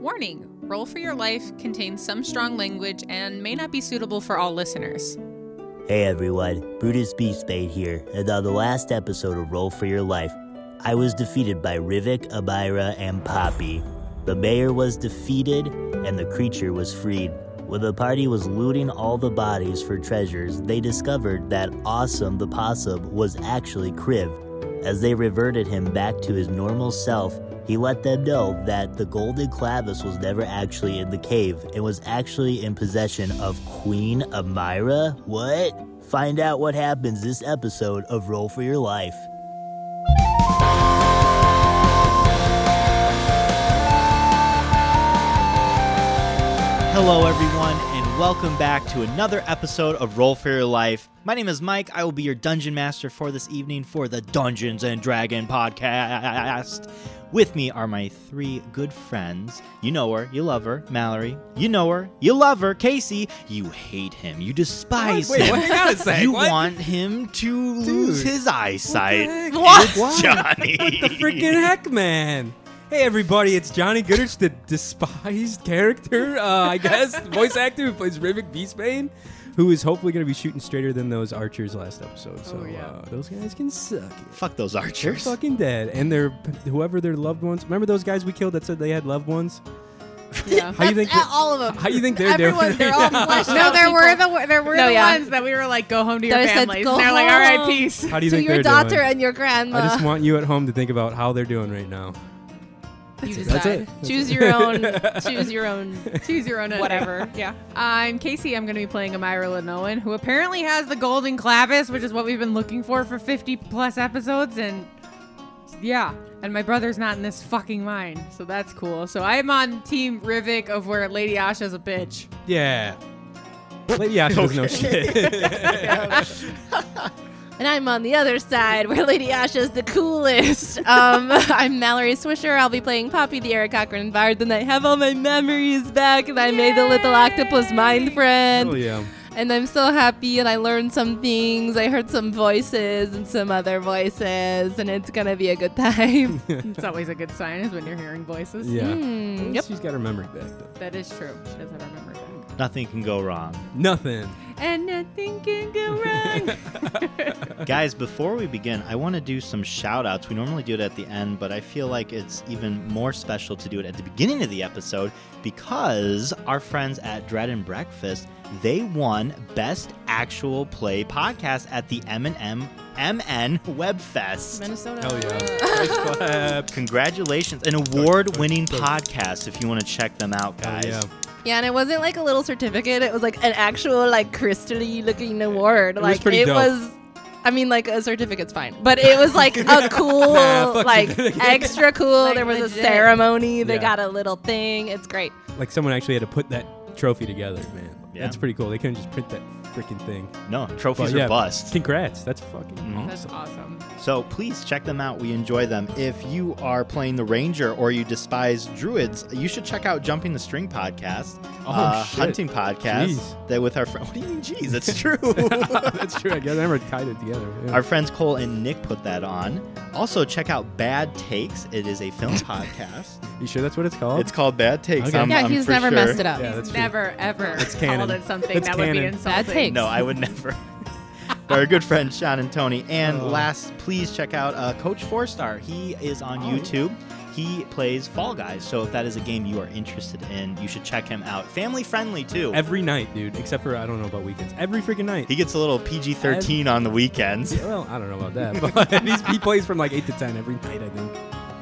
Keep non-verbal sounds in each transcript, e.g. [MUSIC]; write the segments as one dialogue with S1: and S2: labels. S1: Warning Roll for Your Life contains some strong language and may not be suitable for all listeners.
S2: Hey everyone, Brutus Beastbait here, and on the last episode of Roll for Your Life, I was defeated by Rivik, Abira, and Poppy. The mayor was defeated, and the creature was freed. When the party was looting all the bodies for treasures, they discovered that Awesome the Possum was actually Kriv. As they reverted him back to his normal self, he let them know that the golden clavis was never actually in the cave and was actually in possession of Queen Amira? What? Find out what happens this episode of Roll for Your Life.
S3: Hello, everyone, and welcome back to another episode of Roll for Your Life. My name is Mike. I will be your dungeon master for this evening for the Dungeons and Dragon podcast. With me are my three good friends. You know her, you love her, Mallory. You know her, you love her, Casey. You hate him, you despise
S4: Wait,
S3: him.
S4: what? Hang on a sec,
S3: You
S4: what?
S3: want him to lose
S4: Dude,
S3: his eyesight.
S4: heck?
S3: It's
S4: Why?
S3: Johnny.
S4: What the freaking
S5: [LAUGHS]
S4: heck, man? Hey, everybody, it's Johnny Goodrich, the despised character, uh, I guess, voice actor who plays Rivik Beastbane, who is hopefully going to be shooting straighter than those archers last episode. So
S5: Oh,
S4: uh, those guys can suck. it.
S3: Fuck those archers.
S4: Fucking dead, and their whoever their loved ones. Remember those guys we killed that said they had loved ones?
S1: Yeah.
S4: How you think?
S5: That's all of them.
S4: how you think they're
S5: Everyone,
S4: doing? [LAUGHS]
S5: they're all fleshed
S6: No,
S5: out
S6: there were
S5: people.
S6: the there were
S1: No,
S6: the
S1: yeah.
S6: ones that we were like, go home to your
S5: That I said,
S6: families.
S5: "Go
S6: and they're like, all right,
S5: home."
S6: peace.
S5: [LAUGHS]
S4: How do you
S5: to
S4: think
S5: your
S4: they're
S5: daughter
S4: doing?
S5: and your grandma.
S4: I just want you at home to think about how they're doing right now.
S5: you
S4: it. That's
S6: [LAUGHS]
S5: decide.
S4: it. That's
S5: [LAUGHS] choose
S4: it.
S5: your
S4: [LAUGHS]
S5: own. Choose your own.
S6: Choose your own ending. [LAUGHS]
S1: Whatever. Yeah.
S6: I'm Casey. I'm going to be playing Amira Lenoan, who apparently has the golden clavis, which is what we've been looking for for 50 plus episodes. And yeah, and my brother's not in this fucking mine, so that's cool. So I'm on Team Rivik of where Lady Asha's a bitch.
S4: Yeah. Lady Ash does no shit.
S5: And I'm on the other side where Lady Asha's the [LAUGHS] coolest. Um, I'm Mallory Swisher. I'll be playing Poppy the Eric Cochran Bard, and I have all my memories back, and I made the little octopus mind friend.
S4: oh yeah.
S5: [LAUGHS] And I'm so happy, and I learned some things. I heard some voices and some other voices, and it's gonna be a good time.
S6: It's always a good sign is when you're hearing voices.
S4: Yeah.
S5: Mm, yep.
S4: She's got her memory back though.
S6: That is true. She does have her memory back.
S3: Nothing can go wrong.
S4: Nothing.
S6: And nothing can go [LAUGHS] wrong.
S3: Guys, before we begin, I want to do some shout outs. We normally do it at the end, but I feel like it's even more special to do it at the beginning of the episode because our friends at Dread and Breakfast, they won Best Actual Play Podcast at the M&M MN Webfest.
S5: [LAUGHS] Minnesota.
S4: Hell yeah. [LAUGHS] Nice clap.
S3: Congratulations, an award-winning podcast if you want to check them out,
S4: Hell
S3: guys.
S4: yeah.
S5: Yeah, and it wasn't like a little certificate. It was like an actual like crystally looking award.
S4: It was
S5: like
S4: pretty
S5: it
S4: dope.
S5: was. I mean, like a certificate's fine, but it was
S4: [LAUGHS]
S5: like a cool,
S4: Nah, fuck
S5: like extra cool.
S6: Like,
S5: there was
S6: legit.
S5: a ceremony. They
S4: Yeah.
S5: got a little thing. It's great.
S4: Like someone actually had to put that trophy together, man.
S3: Yeah.
S4: That's pretty cool. They couldn't just print that freaking thing.
S3: No, trophies
S4: But yeah,
S3: are bust.
S4: Congrats. That's fucking
S3: Mhm.
S6: That's
S4: awesome.
S6: awesome.
S3: So please check them out. We enjoy them. If you are playing the Ranger or you despise druids, you should check out Jumping the String podcast, uh,
S4: Oh, shit.
S3: hunting podcast
S4: Jeez.
S3: that with our friend. [LAUGHS] What do you mean, jeez? It's true. [LAUGHS]
S4: [LAUGHS] That's true. I guess I never tied it together. Yeah.
S3: our friends Cole and Nick put that on. Also check out Bad Takes. It is a [LAUGHS] film podcast.
S4: you sure that's what it's called?
S3: It's called Bad Takes.
S4: Okay.
S3: I'm,
S5: yeah,
S3: I'm
S5: he's
S3: for
S5: never
S3: sure.
S5: messed it up.
S4: Yeah, that's true.
S6: Never, ever
S4: canon.
S6: called it something
S4: It's
S6: that would be
S4: canon.
S6: insulting.
S5: Bad take.
S3: No, I would never.
S4: [LAUGHS]
S3: But our good friend Sean and Tony. And
S4: Oh.
S3: last, please check out uh, Coach Four Star. He is on
S4: Oh, yeah.
S3: YouTube. He plays Fall Guys. So if that is a game you are interested in, you should check him out. Family friendly too.
S4: every night, dude. Except for I don't know about weekends. Every freaking night.
S3: he gets a little PG thirteen on the weekends.
S4: Yeah, well, I don't know about that, but [LAUGHS] he's, he plays from like eight to ten every night. I think.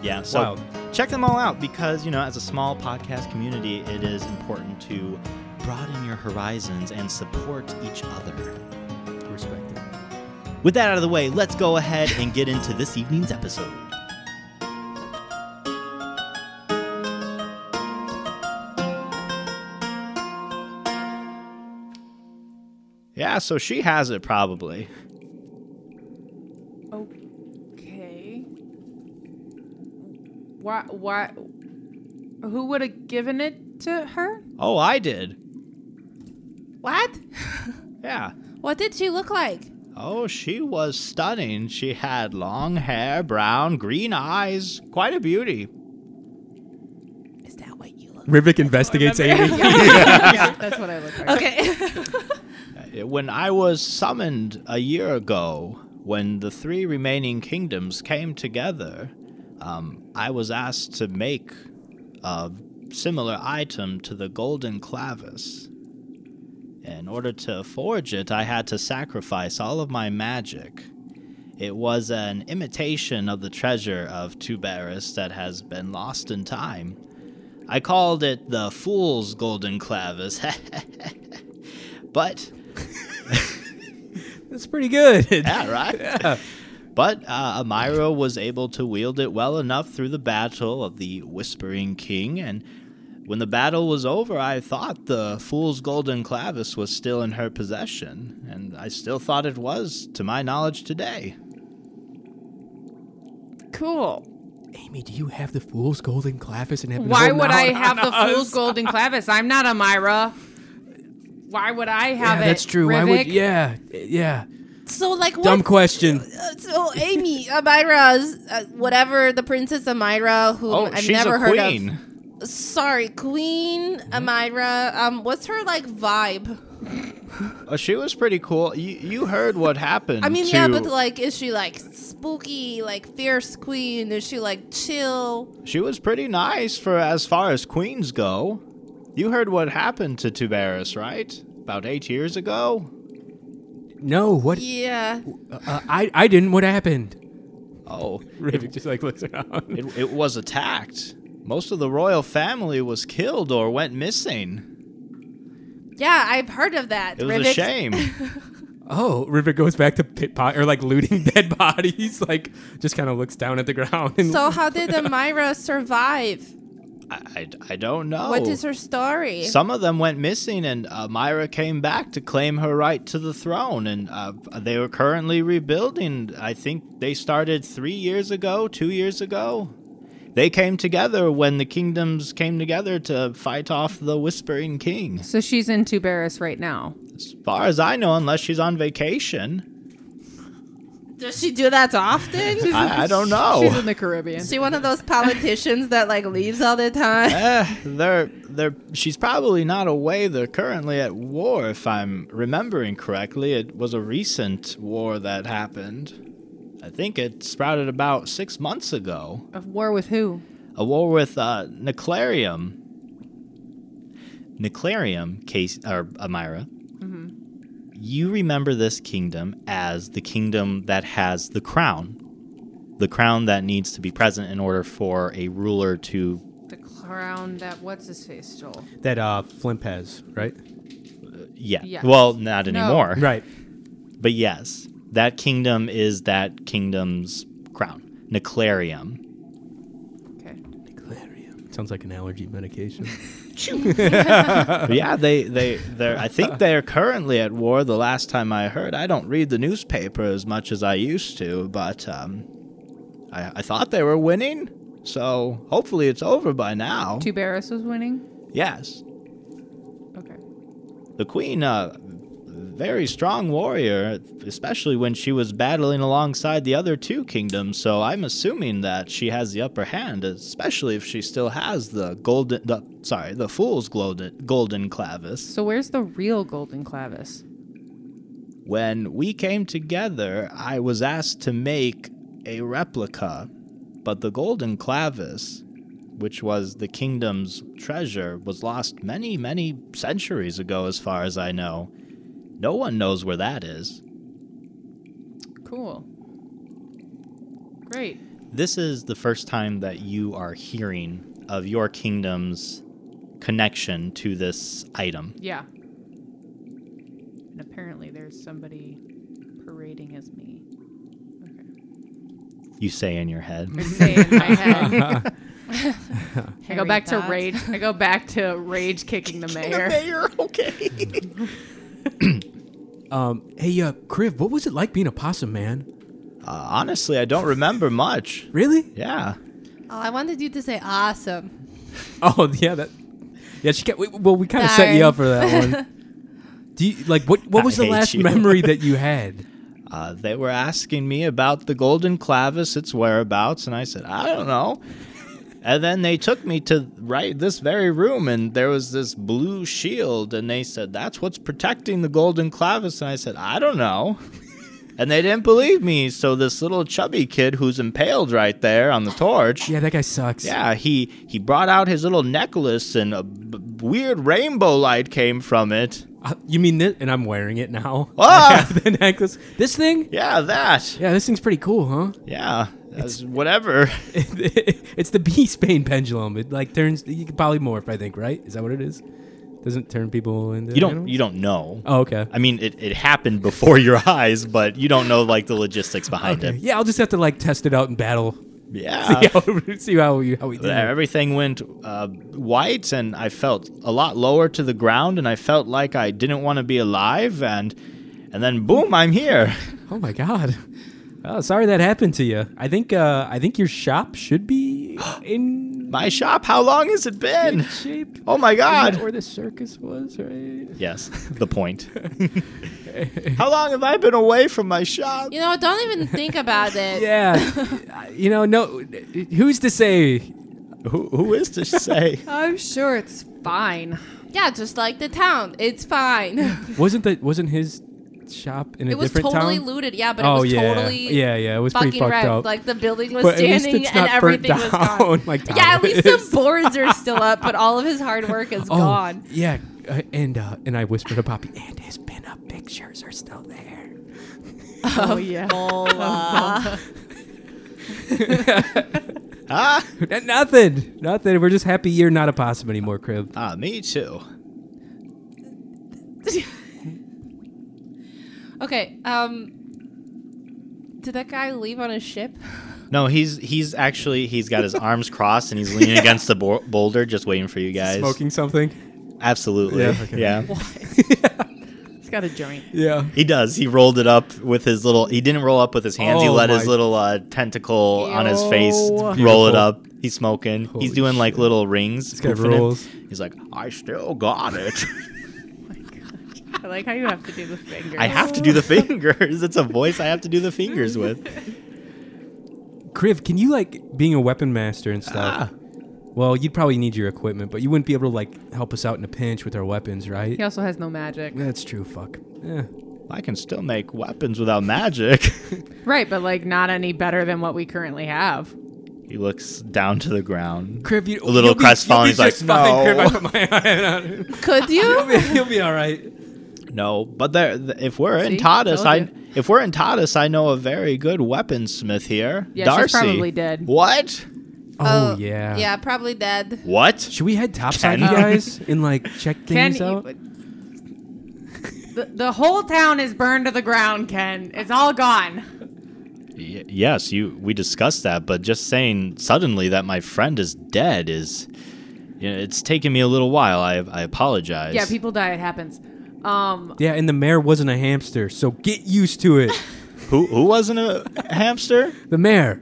S3: Yeah. So
S4: Wild.
S3: check them all out because you know, as a small podcast community, it is important to broaden your horizons and support each other.
S4: Respect it.
S3: With that out of the way, let's go ahead and get into this evening's episode. Yeah, so she has it probably.
S6: Okay. Why? Why? Who would have given it to her?
S3: Oh, I did.
S5: What?
S3: Yeah.
S5: What did she look like?
S3: Oh, she was stunning. She had long hair, brown, green eyes. Quite a beauty.
S5: Is that what you look
S4: Rivik investigates Amy.
S5: [LAUGHS]
S6: yeah, that's what I look like.
S5: Okay. [LAUGHS]
S3: When I was summoned a year ago, when the three remaining kingdoms came together, um, I was asked to make a similar item to the golden clavis. In order to forge it, I had to sacrifice all of my magic. It was an imitation of the treasure of Tuberis that has been lost in time. I called it the Fool's Golden Clavis. [LAUGHS] but
S4: That's pretty good.
S3: [LAUGHS] yeah, right? But uh, Amira was able to wield it well enough through the battle of the Whispering King, and when the battle was over, I thought the Fool's Golden Clavis was still in her possession, and I still thought it was, to my knowledge today.
S6: Cool.
S4: [LAUGHS] Amy, do you have the fool's golden clavis and have
S6: Why would
S4: [LAUGHS]
S6: I have the fool's golden clavis? I'm not a Myra. Why would I have
S4: Yeah,
S6: it?
S4: that's true. Why would?
S6: Rivik?
S4: Yeah, yeah.
S5: so like what?
S4: Dumb question.
S5: uh, so Amy Amira's uh, whatever the princess Amira, who
S3: Oh,
S5: I've
S3: she's
S5: never
S3: a
S5: heard
S3: queen. Mm-hmm.
S5: of. Sorry, Queen Amira. Um, what's her like vibe?
S3: Uh, she was pretty cool. You, you heard what happened.
S5: I mean,
S3: to-
S5: yeah, but like, is she like spooky, like fierce queen? Is she like chill?
S3: she was pretty nice for as far as queens go. You heard what happened to Tuberis, right? About eight years ago.
S4: No, what?
S5: Yeah.
S4: Uh, I I didn't. What happened?
S3: Oh,
S4: Rivik just like looks around.
S3: It, it was attacked. Most of the royal family was killed or went missing.
S5: Yeah, I've heard of that.
S3: It was a
S5: Rivik-
S3: shame.
S4: [LAUGHS] Oh, Rivik goes back to pit pot or like looting [LAUGHS] dead bodies. Like just kind of looks down at the ground. And
S5: So, how did Amira survive?
S3: I, I, I don't know.
S5: What is her story?
S3: Some of them went missing, and uh, Myra came back to claim her right to the throne. And uh, they are currently rebuilding. I think they started three years ago, two years ago. They came together when the kingdoms came together to fight off the Whispering King.
S6: So she's in Tuberis right now.
S3: As far as I know, unless she's on vacation,
S5: Does she do that often?
S3: [LAUGHS] I, I don't
S6: Oh. She's
S3: know.
S6: in the Caribbean.
S5: Is she one of those politicians that like leaves all the time?
S3: Eh, they're they're she's probably not away. They're currently at war, if I'm remembering correctly. It was a recent war that happened. I think it sprouted about six months ago.
S6: Of war with who?
S3: A war with uh, Neclarium. Neclarium, Case or Amira.
S6: Mm-hmm.
S3: You remember this kingdom as the kingdom that has the crown, the crown that needs to be present in order for a ruler to
S6: The crown that what's his face stole.
S4: that uh, Flimp has right.
S3: Yeah.
S6: Yes.
S3: Well, not
S6: No.
S3: anymore.
S4: [LAUGHS] Right.
S3: But yes, that kingdom is that kingdom's crown, Neclarium.
S6: Okay.
S4: Sounds like an
S6: [LAUGHS]
S4: allergy medication.
S3: But yeah, they they they're. I think they are currently at war. The last time I heard, I don't read the newspaper as much as I used to, but um, I, I thought they were winning. So hopefully it's over by now.
S6: Tuberis was winning.
S3: Yes.
S6: Okay.
S3: The queen, uh, very strong warrior, especially when she was battling alongside the other two kingdoms. So I'm assuming that she has the upper hand, especially if she still has the golden, the, sorry, the fool's golden, golden clavis.
S6: So where's the real golden clavis?
S3: When we came together, I was asked to make a replica, but the golden clavis, which was the kingdom's treasure, was lost many, many centuries ago, as far as I know. No one knows where that is.
S6: Cool. Great.
S3: This is the first time that you are hearing of your kingdom's connection to this item.
S6: Yeah. And apparently there's somebody parading as me. [LAUGHS] Okay.
S3: You say in your head.
S6: Say in my
S4: [LAUGHS]
S6: head. I go
S5: Harry
S6: back to
S5: Potter.
S6: rage. I go back to rage kicking the mayor.
S3: okay.
S4: um, hey, uh, Kriv, what was it like being a possum man?
S3: Uh, honestly, I don't remember much.
S4: Really?
S3: Yeah.
S5: Oh, I wanted you to say awesome.
S4: [LAUGHS] Oh yeah, that. Yeah, she kept. we- Well, we kind of set you
S5: Darn.
S4: up for that one. Do you like what? What
S3: I
S4: was the
S3: hate
S4: last
S3: you. [LAUGHS]
S4: memory that you had?
S3: Uh, they were asking me about the golden clavis, its whereabouts, and I said, I don't know. And then they took me to right this very room, and there was this blue shield, and they said, That's what's protecting the golden clavis. And I said, I don't know. [LAUGHS] And they didn't believe me, so this little chubby kid who's impaled right there on the torch.
S4: Yeah, that guy sucks.
S3: Yeah, he he brought out his little necklace, and a b- weird rainbow light came from it.
S4: Uh, you mean this? And I'm wearing it now. I [LAUGHS]
S3: Ah!
S4: have the necklace. This thing?
S3: Yeah, that.
S4: Yeah, this thing's pretty cool, huh? [LAUGHS]
S3: Yeah, that's whatever.
S4: it's the beast pain pendulum. It like turns. You can polymorph, I think. Right? Is that what it is? Doesn't turn people into
S3: You don't [LAUGHS]
S4: animals?
S3: you don't know.
S4: Oh, okay.
S3: I mean, it, it happened before your [LAUGHS] eyes, but you don't know like the logistics behind
S4: Okay.
S3: it.
S4: Yeah, I'll just have to like test it out in battle. [LAUGHS]
S3: Yeah.
S4: see how, [LAUGHS] see how, we- how we do.
S3: Ah. There, Everything went uh, white, and I felt a lot lower to the ground, and I felt like I didn't want to be alive, and and then boom, I'm here. [LAUGHS]
S4: Oh my god. [LAUGHS] Oh, sorry that happened to you. I think uh, I think your shop should be in
S3: My shop. How long has it been?
S4: shape.
S3: Oh my
S4: Is that
S3: God.
S4: where the circus was, right?
S3: Yes, [LAUGHS] the
S4: [LAUGHS]
S3: point. how long have I been away from my shop?
S5: You know, don't even
S4: [LAUGHS]
S5: think about it.
S4: Yeah. you know, no. Who's to say?
S3: Who, who is to
S4: [LAUGHS]
S3: say?
S6: I'm sure it's fine.
S5: Yeah, just like the town.
S4: [LAUGHS]
S5: It's fine.
S4: Wasn't that wasn't his shop in a
S5: it was
S4: different
S5: totally
S4: town?
S5: looted. Yeah, but
S4: oh
S5: it was
S4: yeah.
S5: totally
S4: yeah, yeah. It was pretty
S5: fucking
S4: fucked
S5: wrecked.
S4: up.
S5: Like the building was
S4: But at least
S5: standing
S4: it's
S5: and
S4: not burnt
S5: everything was gone.
S4: down, [LAUGHS] like
S5: [LAUGHS] yeah, at
S4: Tyler
S5: least
S4: is.
S5: the boards are still up, but all of his hard work is
S4: [LAUGHS] oh
S5: gone.
S4: yeah. Uh, and uh, and I whispered to Poppy, and his pinup pictures are still there.
S5: [LAUGHS]
S6: Oh yeah.
S3: ah,
S4: Nothing. Nothing. We're just happy you're not a possum anymore, Crib.
S3: ah, me too.
S5: Okay. Um, did that guy leave on a ship?
S3: No, he's he's actually he's got his
S4: [LAUGHS]
S3: arms crossed and he's leaning against the bo- boulder, just waiting for you guys.
S4: Smoking something.
S3: Absolutely,
S4: Yeah, okay.
S3: yeah.
S6: It's got a joint.
S4: Yeah.
S3: He does. He rolled it up with his little. He didn't roll up with his hands. he
S4: Oh
S3: let his
S4: my-
S3: little uh, tentacle on his face
S6: Ew.
S3: roll it up. He's smoking.
S4: Holy
S3: He's doing like
S4: shit.
S3: little rings.
S4: guy
S3: poofing it.
S4: rules.
S3: He's like, I still got
S4: [LAUGHS]
S3: it.
S6: I like how you have to do the finger.
S3: I have to do the fingers. [LAUGHS] It's a voice I have to do the fingers
S4: [LAUGHS]
S3: with.
S4: Criv, can you like being a weapon master and
S3: Ah.
S4: stuff? Well, you'd probably need your equipment, but you wouldn't be able to like help us out in a pinch with our weapons, right?
S6: He also has no magic.
S4: That's true. Fuck. Yeah.
S3: I can still make weapons without magic. [LAUGHS]
S6: Right, but like not any better than what we currently have.
S3: he looks down to the ground.
S4: Crib, you,
S3: A little
S4: you'll be-
S3: crestfallen,
S4: You'll be
S3: he's like,
S4: just fine, Crib.
S3: "No."
S4: I put my [LAUGHS] hand on it.
S5: Could
S3: Oh,
S4: You'll
S5: you?
S4: be, you'll be all right.
S3: No, but there, th- if we're in
S6: See?
S3: Tadas,
S6: Told
S3: I
S6: you.
S3: if we're in Tadas, I know a very good weaponsmith here.
S6: Yeah, she's
S3: Darcy.
S6: probably dead.
S3: What?
S4: Oh, yeah.
S5: Yeah, probably dead.
S3: What?
S4: Should we head topside, you
S3: Can-
S4: guys, and [LAUGHS] like check
S6: Ken,
S4: things out?
S6: the, the whole town is burned to the ground, Ken. It's all gone.
S3: Y- yes, you. We discussed that, but just saying suddenly that my friend is dead is, you know, it's taken me a little while. I I apologize.
S6: Yeah, people die. It happens. Um,
S4: Yeah, and the mayor wasn't a hamster, so get used to it.
S3: Who who wasn't a hamster?
S4: the mayor.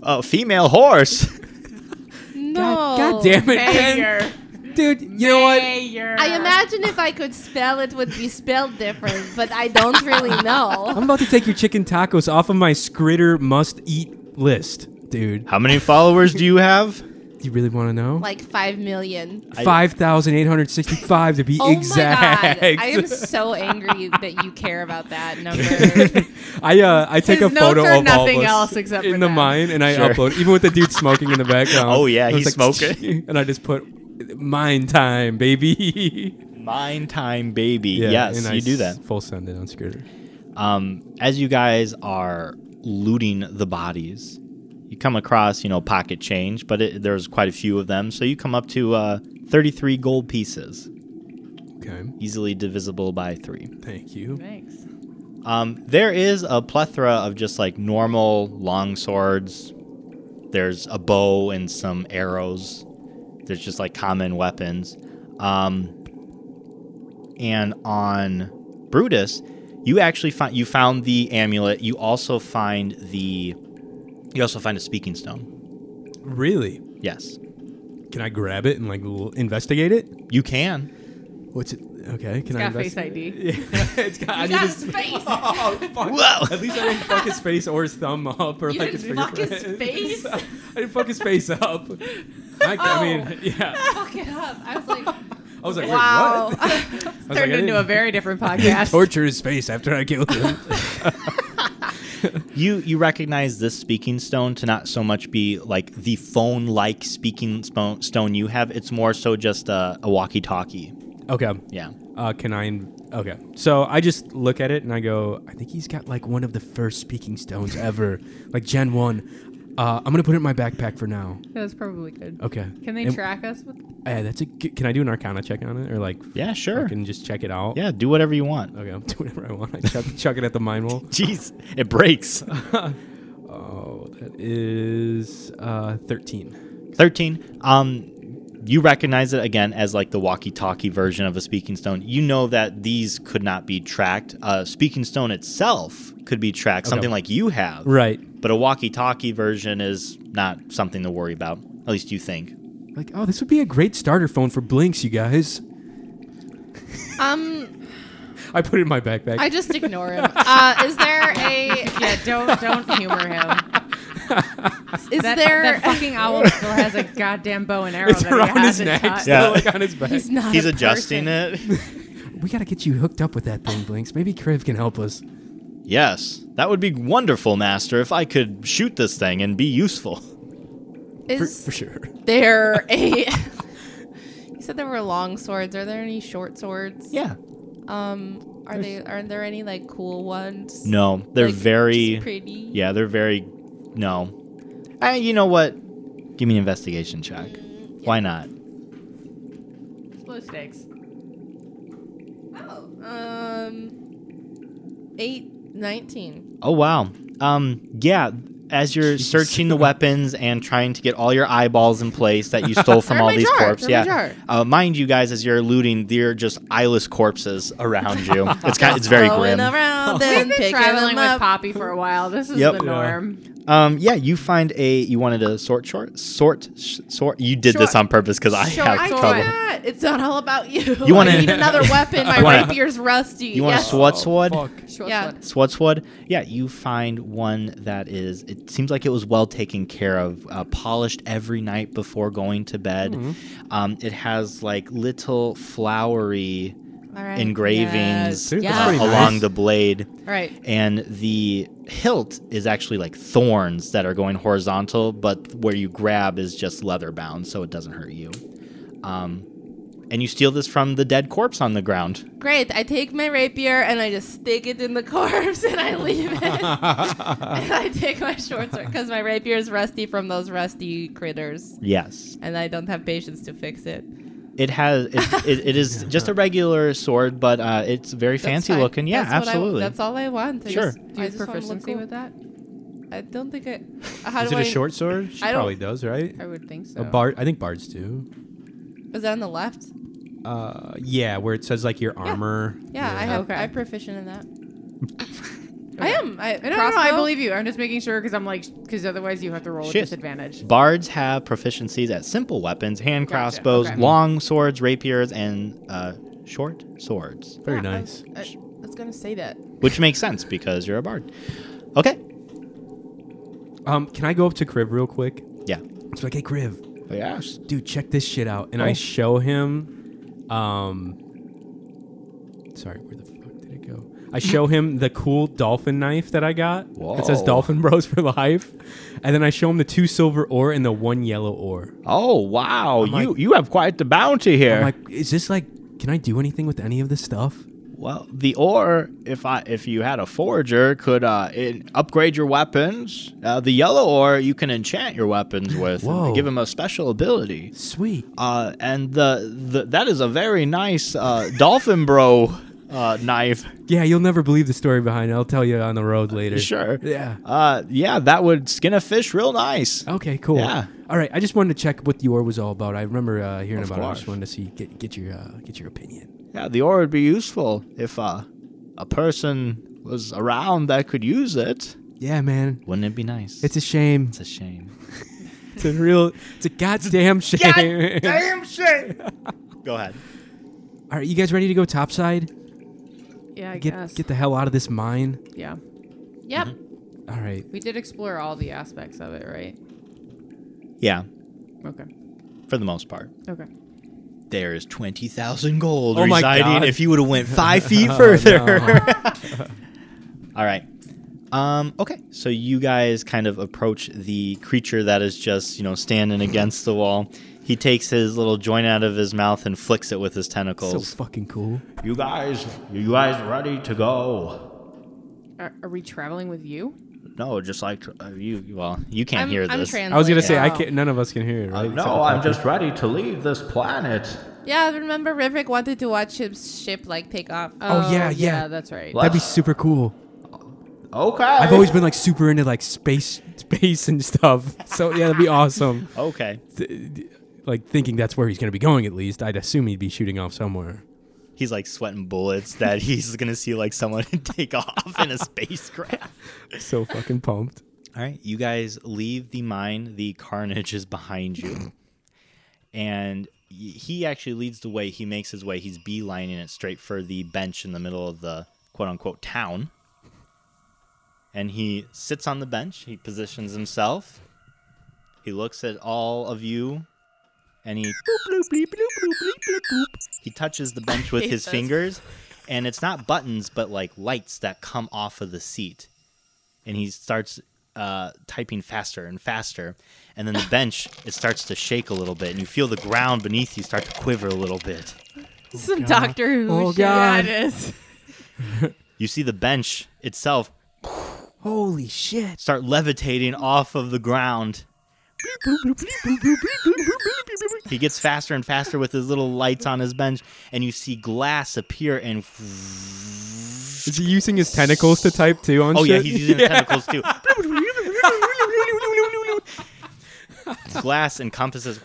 S3: A female horse.
S5: No.
S4: God, God damn it, Ken.
S6: mayor.
S4: Dude, you know what?
S6: Mayor.
S5: I imagine if I could spell it would be spelled different, but I don't really know.
S4: I'm about to take your chicken tacos off of my Scritter must eat list, dude.
S3: How many followers do you have?
S4: You really want to know?
S5: Like five million.
S3: I-
S4: Five thousand eight hundred sixty-five to be
S5: Oh
S4: exact. [LAUGHS]
S5: my god! I am so angry that you care about that number.
S4: I, uh, I take
S6: His
S4: a
S6: notes are
S4: photo of all of
S6: nothing
S4: us
S6: else except
S4: in
S6: for
S4: the
S6: that.
S4: mine, and I
S3: Sure.
S4: upload even with
S3: [LAUGHS]
S4: the dude smoking in the background.
S3: Oh, yeah,
S4: I was
S3: he's smoking.
S4: and I just put mine time, baby.
S3: Mine time, baby. [LAUGHS]
S4: Yeah,
S3: yes,
S4: and I
S3: you do that.
S4: s- Full send it on Scritter.
S3: um, as you guys are looting the bodies, you come across, you know, pocket change, but it, there's quite a few of them. So you come up to uh, 33 gold pieces,
S4: Okay,
S3: easily divisible by three.
S4: thank you.
S6: Thanks.
S3: Um, there is a plethora of just like normal long swords. There's a bow and some arrows. There's just like common weapons. Um, and on Brutus, you actually find you found the amulet. You also find the you also find a speaking stone.
S4: Really?
S3: Yes,
S4: Can I grab it and like l- investigate it?
S3: you can.
S4: What's it? Okay, can I
S6: got
S4: invest-
S6: face ID.
S4: [LAUGHS] Yeah,
S6: [LAUGHS]
S4: it's got. I
S6: He's
S4: need
S6: got
S4: his.
S6: his face.
S4: [LAUGHS] Oh, fuck.
S3: [LAUGHS] Whoa.
S4: At least I didn't fuck his face or his thumb up or
S6: You
S4: like
S6: didn't
S4: his
S6: fuck his
S4: [LAUGHS] fingerprints.
S6: face?
S4: I didn't fuck his
S6: [LAUGHS]
S4: face up. I, I
S6: Oh.
S4: mean, yeah.
S6: Fuck it up. I was like,
S4: I was like, wait,
S5: Wow.
S6: [LAUGHS]
S4: what? I was like, I
S6: turned into a
S4: didn't-
S6: very different
S4: I [LAUGHS] didn't
S6: podcast.
S4: torture his face after I killed him. [LAUGHS]
S3: You you recognize this speaking stone to not so much be like the phone like speaking spo- stone you have. It's more so just a, a walkie talkie.
S4: okay.
S3: Yeah.
S4: Uh, can I? In- okay. So I just look at it and I go, I think he's got like one of the first speaking
S6: [LAUGHS]
S4: stones ever, like Gen One. Uh, I'm gonna put it in my backpack for now.
S6: That was probably good.
S4: Okay.
S6: Can they
S4: And-
S6: track us? With-
S4: Uh, that's a. Good, can I do an Arcana check on it or like?
S3: Yeah, sure.
S4: Can just check it out.
S3: Yeah, do whatever you want.
S4: Okay, I'm doing whatever I want. I chuck, [LAUGHS] chuck it at the mine
S3: [LAUGHS]
S4: wall.
S3: Jeez, it [LAUGHS] breaks.
S4: Oh, that is uh, 13.
S3: 13 um you recognize it again as like the walkie-talkie version of a speaking stone you know that these could not be tracked uh speaking stone itself could be tracked something like you have
S4: Right.
S3: but a walkie-talkie version is not something to worry about at least you think
S4: Like, oh, this would be a great starter phone for Blinks, you guys.
S5: Um,
S4: [LAUGHS] I put it in my backpack.
S5: [LAUGHS]
S4: [LAUGHS]
S5: I just ignore him. [LAUGHS] Uh, is there [LAUGHS] a
S6: yeah, don't don't humor him.
S4: [LAUGHS]
S5: is
S6: That,
S5: there
S6: that fucking owl still has a goddamn bow and arrow
S4: it's
S6: that he
S4: around his
S6: hasn't
S4: neck.
S6: touched.
S4: Still,
S3: Yeah.
S4: like, on his back.
S5: he's [LAUGHS] not
S3: he's
S5: a
S3: adjusting
S5: person.
S3: it [LAUGHS]
S4: we got to get you hooked up with that thing, Blinks. Maybe Kriv can help us.
S3: yes that would be wonderful master if i could shoot this thing and be useful
S4: For,
S5: Is
S4: for sure.
S5: there [LAUGHS] a? you said there were long swords. Are there any short swords?
S3: yeah
S5: Um, are they? Are there any like cool ones?
S3: no they're
S5: Like,
S3: very
S5: just pretty.
S3: yeah they're very no Eh, you know what give me an investigation check
S5: Mm,
S3: why not
S6: Slow stakes.
S5: Um, eight, nineteen.
S3: Oh wow. Um yeah, as you're searching the weapons and trying to get all your eyeballs in place that you stole from
S5: They're
S3: all
S5: in my
S3: these
S5: jar.
S3: corpses.
S5: They're in my
S3: Yeah. Uh, mind you guys as you're looting, they're just eyeless corpses around you. It's kind it's very
S5: Going
S3: grim.
S5: around and
S6: We've been
S5: picking
S6: traveling
S5: them
S6: with
S5: up.
S6: Poppy for a while. This is
S3: Yep.
S6: the
S3: Yeah.
S6: norm.
S3: Um yeah, you find a you wanted a sort short sort sh- sort you did this
S5: Short-
S3: on purpose cuz I
S5: Sure,
S3: have
S5: I
S3: trouble.
S5: cannot. It's not all about you.
S3: You wanna-
S5: [LAUGHS] I
S3: [LAUGHS]
S5: need another weapon. My
S3: You wanna-
S5: rapier's rusty.
S3: You want
S5: Yes.
S3: a
S4: Oh,
S3: Swatsword?
S5: Yeah.
S3: Swatswood. Yeah, you find one that is. It seems like it was well taken care of, uh, polished every night before going to bed.
S4: Mm-hmm.
S3: Um, it has like little flowery
S5: All right.
S3: engravings
S4: Dude, that's
S3: uh,
S4: pretty nice.
S3: along the blade,
S5: All right.
S3: and the hilt is actually like thorns that are going horizontal, but where you grab is just leather bound, so it doesn't hurt you. Um, and you steal this from the dead corpse on the ground.
S5: Great. I take my rapier and I just stick it in the [LAUGHS] corpse and I
S3: [LAUGHS]
S5: leave it. and I take my short sword because my rapier is rusty from those rusty critters,
S3: Yes.
S5: and I don't have patience to fix it.
S3: It has.
S5: [LAUGHS]
S3: It, it, it is just a regular sword, but uh, it's very
S5: That's
S3: fancy
S5: fine.
S3: looking. Yeah,
S5: That's what I-
S3: absolutely.
S5: that's all I want. I
S3: Sure.
S5: just-
S6: Do
S5: I
S6: you
S5: just
S6: have
S5: wanna look
S6: proficiency
S5: cool.
S6: with that?
S5: I don't think I.
S4: [LAUGHS]
S5: How
S4: Is
S5: do
S4: it a
S5: I-
S4: short sword? She
S5: I don't-
S4: probably does, right?
S6: I would think so.
S4: A bard. I think bards do.
S5: Is that on the left?
S4: Uh, yeah, where it says like your armor.
S5: Yeah, I have.
S6: Okay.
S5: I'm proficient in
S6: [LAUGHS]
S5: that. I am. I,
S6: I don't know. I believe you. I'm just making sure because I'm like, because otherwise you have to roll with
S3: Shit.
S6: disadvantage.
S3: Bards have proficiencies at simple weapons: hand
S6: Gotcha,
S3: crossbows,
S6: okay.
S3: long swords, rapiers, and uh, short swords.
S4: Very nice.
S5: I, was gonna say that.
S3: Which makes sense because you're a bard. Okay.
S4: Um, can I go up to Kriv real quick?
S3: Yeah.
S4: It's like, hey, Kriv,
S3: Yes.
S4: dude, check this shit out. And
S3: Oh.
S4: I show him, um, sorry, where the fuck did it go? I show him the cool dolphin knife that I got. It says
S3: Whoa.
S4: Dolphin Bros for life. And then I show him the two silver ore and the one yellow ore.
S3: Oh wow!
S4: I'm
S3: you
S4: like-
S3: you have quite the bounty
S4: I'm
S3: here.
S4: like, is this like, can I do anything with any of this stuff?
S3: well, the ore, if I if you had a forger, could uh, in, upgrade your weapons. Uh, the yellow ore, you can enchant your [LAUGHS] weapons with.
S4: Whoa.
S3: And give them a special ability.
S4: Sweet.
S3: uh, and the, the that is a very nice uh, dolphin bro uh, [LAUGHS] knife.
S4: Yeah, you'll never believe the story behind it. I'll tell you on the road later.
S3: Sure.
S4: Yeah.
S3: Uh, yeah, Oh. that would skin a fish real nice.
S4: Okay, cool.
S3: Yeah.
S4: All right, I just wanted to check what the ore was all about. I remember uh, hearing
S3: Of
S4: about it. I just
S3: course.
S4: wanted to see get get your uh, get your opinion.
S3: Yeah, the ore would be useful if uh, a person was around that could use it.
S4: Yeah, man.
S3: Wouldn't it be nice?
S4: It's a shame.
S3: it's a shame.
S4: [LAUGHS] It's [LAUGHS] a real it's a goddamn shame.
S3: [LAUGHS] Damn shame. Go ahead.
S4: All right, you guys ready to go topside?
S6: Yeah, I
S4: Get
S6: guess.
S4: get Mm-hmm. the hell out of this mine.
S6: yeah.
S5: Yep.
S4: All right.
S6: We did explore all the aspects of it, right?
S3: Yeah,
S6: Okay.
S3: for the most part.
S6: Okay.
S3: There is twenty thousand gold
S4: Oh my
S3: residing.
S4: God. Oh,
S3: If you would have went
S4: [LAUGHS]
S3: five feet further. [LAUGHS] All right. Um, okay, so you guys kind of approach the creature that is just you know standing against the wall. He takes his little joint out of his mouth and flicks it with his
S4: So
S3: tentacles.
S4: fucking cool.
S7: You guys, you guys ready to go?
S6: Are, are we traveling with you?
S3: no, just like uh, you. Well, you can't
S5: I'm,
S3: hear
S5: I'm
S3: this.
S5: translating.
S4: I was gonna say I
S6: Oh.
S4: can't. None of us can hear it,
S7: Uh,
S4: right?
S7: no, I'm just ready to leave this planet.
S5: Yeah, remember Rivik wanted to watch his ship like take off.
S4: Oh, yeah, yeah.
S6: that's right.
S4: That'd be super cool.
S7: Okay.
S4: I've always been like super into like space, space and stuff. [LAUGHS] So yeah, that'd be [LAUGHS] awesome.
S3: Okay.
S4: Like thinking that's where he's gonna be going. At least I'd assume he'd be shooting off somewhere.
S3: He's like sweating bullets that he's gonna see like someone [LAUGHS] take off in a spacecraft.
S4: So fucking pumped.
S3: All right, you guys leave the mine. The carnage is behind you. and y- he actually leads the way. He makes his way. He's beelining it straight for the bench in the middle of the quote unquote town. And he sits on the bench. He positions himself. He looks at all of you and he boop, bloop, bleep, bloop, bloop, bleep, bloop, bloop. he touches the bench with
S5: hate
S3: his
S5: this.
S3: fingers and it's not buttons but like lights that come off of the seat and he starts uh, typing faster and faster. And then the bench, it starts to shake a little bit, and you feel the ground beneath you start to quiver a little bit.
S5: Some Doctor Who
S4: Oh,
S5: shit. Yeah,
S4: God.
S5: it is.
S3: You see the bench itself
S4: Holy shit!
S3: start levitating off of the ground. He gets faster and faster with his little lights on his bench, and you see glass appear and.
S4: Is he using his tentacles to type too on
S3: Oh,
S4: shit?
S3: yeah, he's using the tentacles too. Glass encompasses.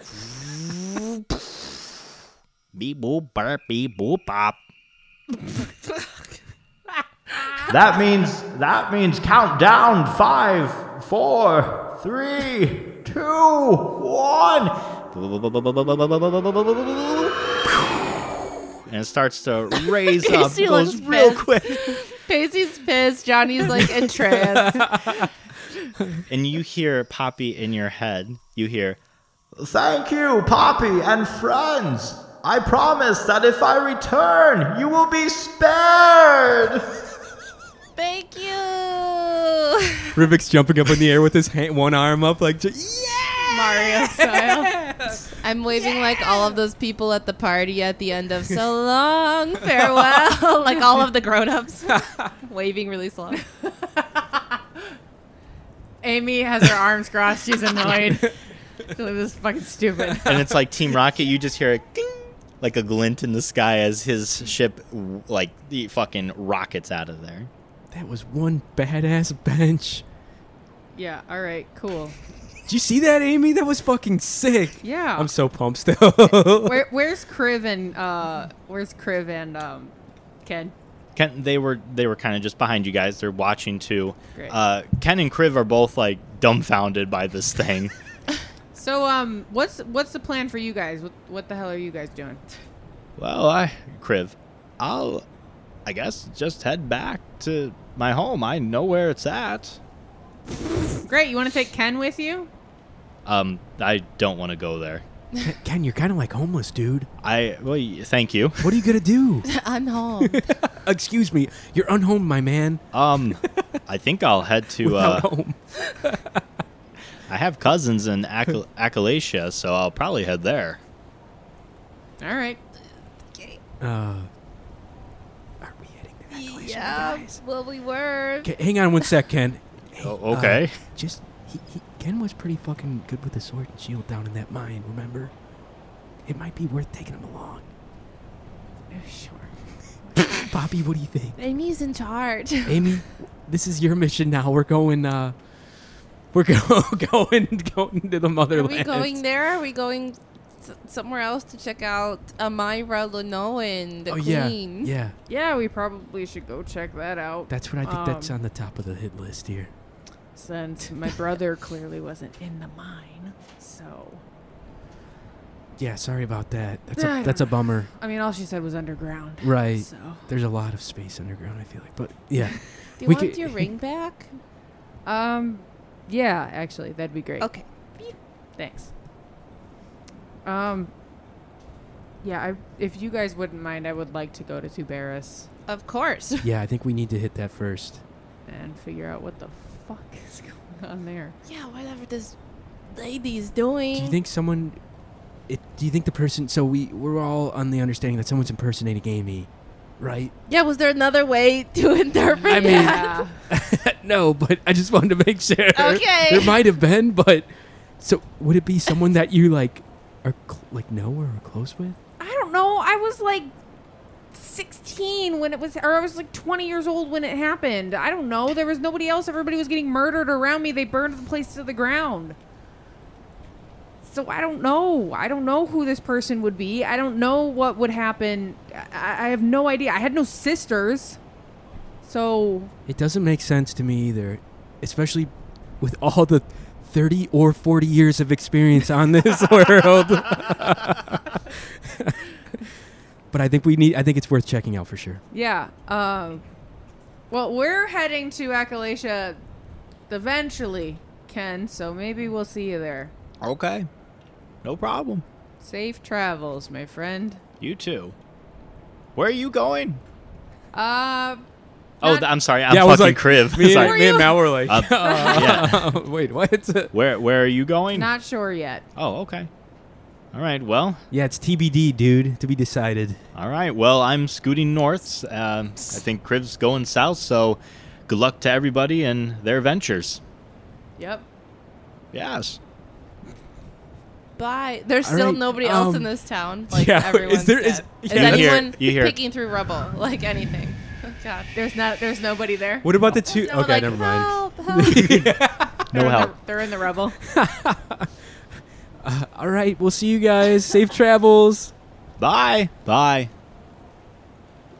S3: Beep boop burp beep boop bop.
S7: That means that means count down five, four, three, two, one.
S3: And it starts to raise
S5: He
S3: up,
S5: still
S3: goes
S5: looks
S3: real
S5: pissed.
S3: quick,
S5: Pacey's pissed. Johnny's
S4: [LAUGHS]
S5: like entranced.
S3: and you hear Poppy in your head. You hear,
S7: Thank you, Poppy and friends. I promise that if I return, you will be spared.
S5: Thank you.
S4: Rivik's jumping up in the air with his hand, one arm up, like "Yeah!"
S5: Mario style. I'm waving like all of those people at the party at the end of so long farewell, [LAUGHS] like all of
S4: [LAUGHS]
S5: the grown-ups waving really slow.
S6: Amy has her arms crossed. She's
S4: [LAUGHS]
S6: annoyed. this is fucking stupid.
S3: and it's like Team Rocket. You just hear a ding, like a glint in the sky as his ship, w- like the fucking rockets out of there.
S4: That was one badass bench.
S6: Yeah. All right. Cool.
S4: Did you see that, Amy? That was fucking sick.
S6: Yeah.
S4: I'm so pumped still. [LAUGHS]
S6: Where, where's Criv and uh, where's Criv and um, Ken?
S3: Ken, they were they were kind of just behind you guys. They're watching too.
S6: Great.
S3: Uh, Ken and Kriv are both like dumbfounded by this thing.
S6: So um, what's what's the plan for you guys? What what the hell are you guys doing?
S3: well, I Kriv, I'll, I guess just head back to my home. I know where it's at.
S6: Great. You want to take Ken with you?
S3: Um, I don't want to go there.
S4: Ken, you're kind of like homeless, dude.
S3: I well, y- thank you.
S4: What are you gonna do?
S5: I'm [LAUGHS] home.
S4: Excuse me, you're unhomed, my man.
S3: Um, I think I'll head to. Uh,
S4: Without home.
S3: I have cousins in
S8: [LAUGHS]
S3: Acal- Acalacia, so I'll probably head there.
S6: All right.
S4: Uh, are we heading to Appalachia,
S5: yeah,
S4: guys?
S5: well we were.
S4: K- hang on one sec, Ken.
S3: O- okay.
S4: Uh, just he, he, Ken was pretty fucking good with the sword and shield down in that mine. Remember, it might be worth taking him along. Sure. [LAUGHS] Bobby, what do you think?
S5: Amy's in charge.
S4: Amy, this is your mission now. We're going. uh We're [LAUGHS] go- going going to the
S5: Are
S4: motherland.
S5: we going there? Are we going s- somewhere else to check out Amira Lonoan, the
S4: oh
S5: queen?
S4: yeah, yeah.
S6: Yeah, we probably should go check that out.
S4: That's what I think. that's
S6: Um,
S4: on the top of the hit list here. [LAUGHS]
S6: since my brother clearly wasn't in the mine. So
S4: Yeah, sorry about that. That's
S5: [SIGHS]
S6: Yeah, I
S4: a that's a
S6: don't know.
S4: bummer.
S6: I mean, all she said was underground.
S4: Right.
S6: So
S4: There's a lot of space underground, I feel like. But yeah.
S5: Do you
S4: We
S5: want
S4: could-
S5: your
S4: [LAUGHS]
S5: ring back?
S6: um, yeah, actually, that'd be great.
S5: Okay.
S6: Thanks. Um. Yeah, I, if you guys wouldn't mind, I would like to go to Tuberis
S5: Of course.
S4: Yeah, I think we need to hit that first.
S6: and figure out what the fuck [LAUGHS] is going on there.
S5: Yeah, whatever this lady's doing.
S4: Do you think someone it, do you think the person so we we're all on the understanding that someone's impersonating Amy, right? [LAUGHS]
S5: yeah, was there another way to [LAUGHS] interpret
S4: I mean-
S5: that?
S6: Yeah.
S4: no, but I just wanted to make sure.
S5: Okay.
S4: There might have been, but so would it be someone that you like are cl- like know or are close with?
S6: I don't know. I was like 16 when it was, or I was like 20 years old when it happened. I don't know. There was nobody else. Everybody was getting murdered around me. They burned the place to the ground. So I don't know. I don't know who this person would be. I don't know what would happen. I, I have no idea. I had no sisters. So
S4: It doesn't make sense to me either, especially with all the 30 or 40 years of experience on this world. [LAUGHS] but I think we need I think it's worth checking out for sure.
S6: Yeah. Um, well, we're heading to Appalachia eventually, Ken, so maybe we'll see you there.
S8: Okay. No problem.
S6: Safe travels, my friend.
S8: You too. Where are you going?
S6: Uh,
S8: Oh,
S6: Not-
S8: th- I'm sorry. I'm
S4: Yeah, I
S8: fucking
S4: was like-
S8: crib. [LAUGHS]
S4: Me
S8: Sorry.
S4: and, me and Mal were [LAUGHS] like,
S8: Up. yeah.
S4: [LAUGHS] wait, what?
S8: Where Where are you going?
S6: not sure yet.
S8: oh, okay. All right. Well.
S4: Yeah, it's TBD, dude, to be decided.
S8: All right. Well, I'm scooting north. Um, I think Crib's going south. So, good luck to everybody and their ventures.
S6: Yep.
S8: Yes.
S5: Bye. There's
S4: All
S5: still
S4: right,
S5: nobody else in
S4: um,
S5: this town. Like
S4: yeah, [LAUGHS] is
S5: everyone's
S4: there- is- yeah.
S5: dead. Is,
S8: You hear-
S5: anyone
S8: you hear-
S5: picking through rubble? [LAUGHS] Like anything? Oh, God.
S6: There's not. There's nobody there.
S4: What about the two?
S5: Someone
S4: Okay,
S5: like,
S4: never mind. [LAUGHS]
S5: Help, help.
S8: No
S6: They're in
S8: help.
S6: the- they're in the rubble.
S4: All right, we'll see you guys. Safe travels.
S8: Bye. Bye.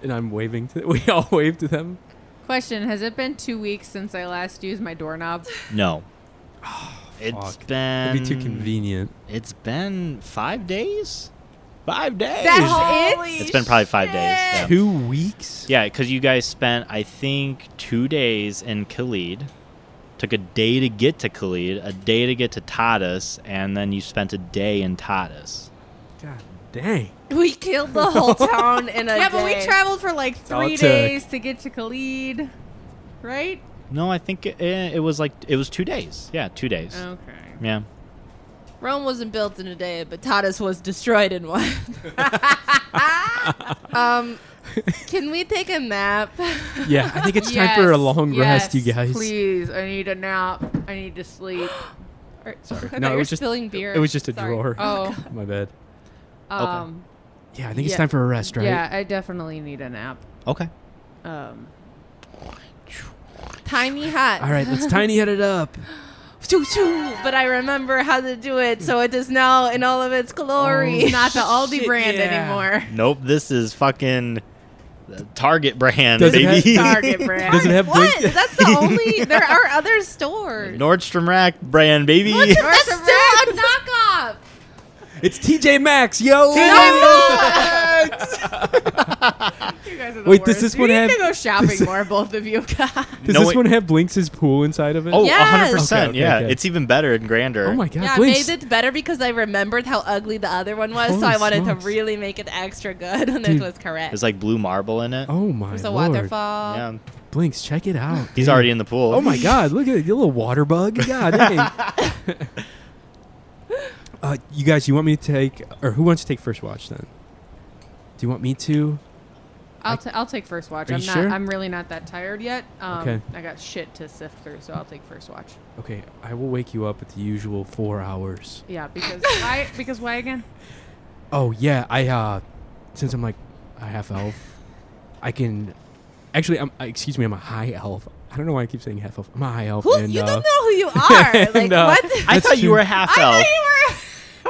S4: And I'm waving to. [LAUGHS] We all wave to them.
S6: Question: Has it been two weeks since I last used my doorknob?
S8: No. It's
S4: Ah, fuck.
S8: been.
S4: It'd be too convenient.
S8: It's been five days. Five days.
S6: That's it.
S8: it's been probably five days. Yeah.
S4: Two weeks.
S8: Yeah, because you guys spent, I think, two days in Khalid. Took a day to get to Khalid, a day to get to Tadas, and then you spent a day in Tadas.
S4: God dang.
S5: [LAUGHS] we killed the
S4: [LAUGHS]
S5: whole town in a
S6: Yeah, but we
S5: day.
S6: traveled for like
S4: all
S6: three
S4: it took.
S6: days to get to Khalid, right?
S8: No, I think it, eh, it was like it was two days. Yeah, two days.
S5: Oh.
S6: Okay.
S8: Yeah.
S5: Rome wasn't built in a day, but Tadas was destroyed
S4: [LAUGHS]
S5: in one. [LAUGHS] um, can we take a nap? [LAUGHS]
S4: Yeah, I think it's time for a
S6: Yes,
S4: long rest, you
S6: yes,
S4: guys.
S6: Please, I need a nap. I need to
S4: [GASPS]
S6: sleep.
S4: Sorry.
S5: I thought
S4: No,
S5: you
S4: it
S5: were
S4: was just
S5: spilling beer.
S4: it was just a
S5: Sorry.
S4: drawer.
S6: Oh,
S4: My bad.
S6: um,
S4: Yeah, I
S6: Yeah.
S4: think it's time for a rest, right?
S6: yeah, I definitely need a nap.
S8: Okay.
S4: [LAUGHS]
S6: Um,
S5: Tiny hat.
S4: All
S6: [LAUGHS]
S4: right, let's tiny head it up.
S5: Choo, choo. But I remember how to do it, so it is now in all of its glory.
S4: Oh,
S5: Not the Aldi
S4: shit,
S5: brand
S4: yeah. [LAUGHS]
S5: anymore.
S8: Nope, this is fucking the Target brand,
S4: Does it
S8: baby.
S4: have
S6: Target brand.
S4: Does it have
S5: What?
S4: drink?
S5: That's
S4: [LAUGHS]
S5: the only. There are other stores.
S8: [LAUGHS] Nordstrom Rack brand, baby.
S5: That's still
S4: [LAUGHS]
S5: a knockoff.
S4: It's TJ Maxx, yo.
S6: you guys are the
S4: Wait, does
S6: worst.
S4: this
S6: You
S4: one
S6: need
S4: have-
S6: to go
S4: [LAUGHS]
S6: shopping more, both of you.
S4: Does
S8: No,
S4: this
S8: it-
S4: one have Blinks' pool inside of it?
S8: [LAUGHS] Oh,
S5: Yes.
S8: 100%.
S4: Okay, okay,
S8: yeah,
S4: okay.
S8: it's even better and grander.
S4: Oh my God,
S5: Yeah, I
S4: Blinks.
S5: made it better because I remembered how ugly the other one was, so
S4: Holy
S5: I wanted
S4: smokes.
S5: to really make it extra good, and
S4: Dude.
S5: it was correct.
S8: There's like blue marble in it.
S4: Oh my
S5: There's a
S4: lord.
S5: waterfall.
S8: Yeah.
S4: Blinks, check it out.
S8: He's
S4: dude.
S8: already in the pool.
S4: Oh
S8: [LAUGHS]
S4: my god, look at it, you little water bug. God dang.
S8: [LAUGHS]
S4: uh, you guys, you want me to take, or who wants to take first watch then? Do you want me to?
S6: I'll, t- I'll take first watch.
S4: Are
S6: I'm
S4: you
S6: not.
S4: sure?
S6: I'm really not that tired yet. Um,
S4: Okay.
S6: I got shit to sift through, so I'll take first watch.
S4: Okay, I will wake you up at the usual four hours. [LAUGHS]
S6: Yeah, because why? Because why again?
S4: Oh yeah, I uh, since I'm like a half elf, I can. Actually, I'm. I- Excuse me, I'm a high elf. I don't know why I keep saying half elf. I'm a high elf.
S5: Who
S4: and,
S5: you
S4: uh,
S5: don't know
S4: [LAUGHS]
S5: who you are? Like
S4: and, uh,
S5: what?
S8: I
S4: That's
S8: thought you
S4: true.
S8: were a half
S5: [LAUGHS] I
S8: elf.
S5: thought you were. [LAUGHS]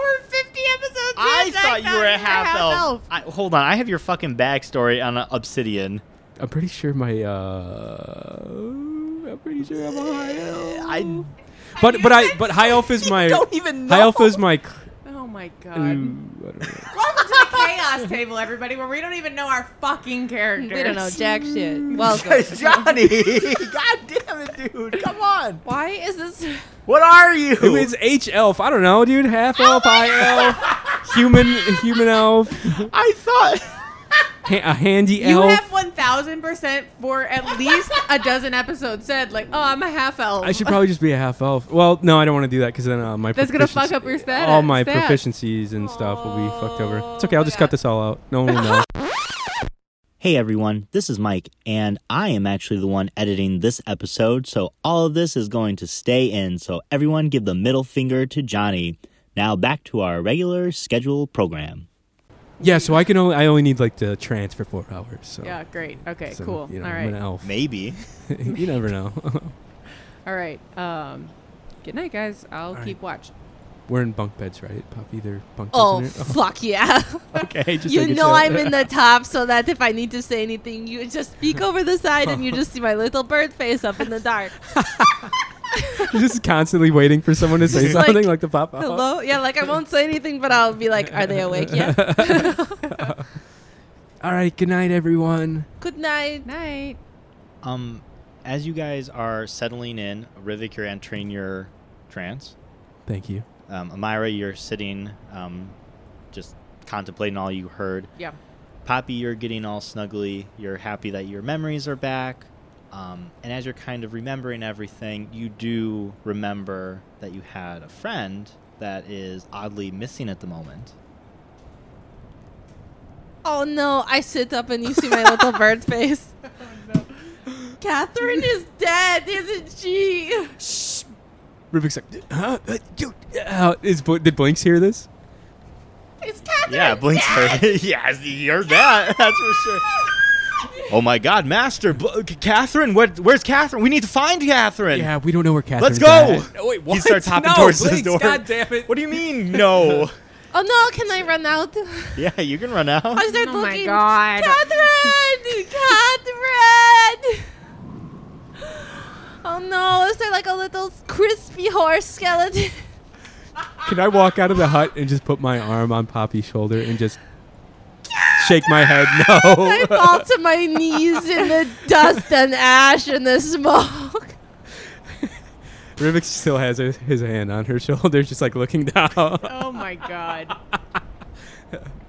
S5: We're 50 episodes.
S8: I
S5: in,
S8: thought you were a
S5: you
S8: half, elf. I, hold on, I have your fucking backstory on uh, Obsidian.
S4: I'm pretty sure my. uh I'm pretty sure I'm a high elf.
S8: I [LAUGHS]
S4: But but I but high elf is my
S5: don't even know.
S4: high elf is my mm, c-
S6: Oh my god.
S4: Ooh, I don't know.
S6: Welcome to the chaos table, everybody, where we don't even know our fucking characters.
S5: We don't know jack shit. Welcome.
S9: Johnny! God damn it, dude! Come on!
S5: Why is this?
S9: What are you?
S4: Who is H elf? I don't know, dude. Half elf, high elf, human, human elf,
S9: I thought.
S4: ha- a handy
S6: You
S4: elf.
S6: have one thousand percent for
S4: [LAUGHS]
S6: at least a dozen episodes said like, oh, I'm a half elf.
S4: I should probably just be a half elf. Well, no, I don't want to do that because then uh, my
S6: That's gonna
S4: proficiency-
S6: fuck up your stat-
S4: All my
S6: stats.
S4: proficiencies and stuff will be fucked over. It's okay.
S6: Oh
S4: I'll
S6: my
S4: just cut
S6: God.
S4: this all out. No one will know.
S3: Hey everyone, this is Mike, and I am actually the one editing this episode, so all of this is going to stay in, so everyone give the middle finger to Johnny. Now back to our regular schedule program.
S4: yeah, so I can only I only need like to trance for four hours. So
S6: yeah, great. Okay,
S4: so,
S6: cool.
S4: You know,
S6: All
S4: I'm an
S6: right,
S4: elf.
S8: Maybe.
S4: [LAUGHS] you never know.
S6: all right. Um, good night, guys. I'll
S4: right.
S6: keep watch.
S4: We're in bunk beds, right, Poppy? They're bunk beds.
S5: Oh
S4: in here?
S5: fuck yeah!
S4: Oh, okay. Just
S5: you
S4: making
S5: know
S4: sure.
S5: I'm in the top, so that if I need to say anything, you just peek over the side and you just see my little bird face up in the dark.
S4: [LAUGHS] Uh-huh. You're [LAUGHS] just constantly waiting for someone to say
S5: Just like,
S4: something like, to pop up.
S5: Hello? Yeah, like I won't say anything, but I'll be like, "Are they awake
S4: [LAUGHS]
S5: yet?"
S4: All right. Good night, everyone.
S5: Good night.
S6: Night.
S8: Um, as you guys are settling in, Rivik, you're entering your trance.
S4: Thank you.
S8: Um, Amira, you're sitting, um, just contemplating all you heard.
S6: Yeah.
S8: Poppy, you're getting all snuggly. You're happy that your memories are back. Um, and as you're kind of remembering everything, you do remember that you had a friend that is oddly missing at the moment.
S5: Oh no! I sit up and you see my little
S4: [LAUGHS]
S5: bird face.
S4: Oh,
S5: Catherine is dead, isn't she?
S4: Rubik's like, huh? Uh, dude, uh, is Bl- did Blinks hear this?
S5: It's Catherine.
S8: Yeah, Blink's heard. [LAUGHS] yes, you heard that. [LAUGHS] That's for sure. Oh my God, Master Bl- Catherine, what? Where's Catherine? We need to find Catherine.
S4: Yeah, we don't know where Catherine.
S8: Let's go.
S4: Oh, wait, what? [LAUGHS]
S8: He starts hopping
S4: no,
S8: towards
S4: Blinks,
S8: the door.
S4: God damn it!
S8: What do you mean, [LAUGHS] no?
S5: [LAUGHS] Oh no! Can I run out?
S8: yeah, you can run out.
S5: I start
S6: Oh my
S5: looking.
S6: God.
S5: Catherine! Catherine! Oh no! Is there like a little crispy horse skeleton?
S4: Can I walk out of the hut and just put my arm on Poppy's shoulder and just shake my head?
S5: [LAUGHS] I
S4: [LAUGHS] No.
S5: fall to my knees in the dust and ash and the smoke.
S4: Rubik still has his, his hand on her shoulder, just like looking down.
S6: Oh my god.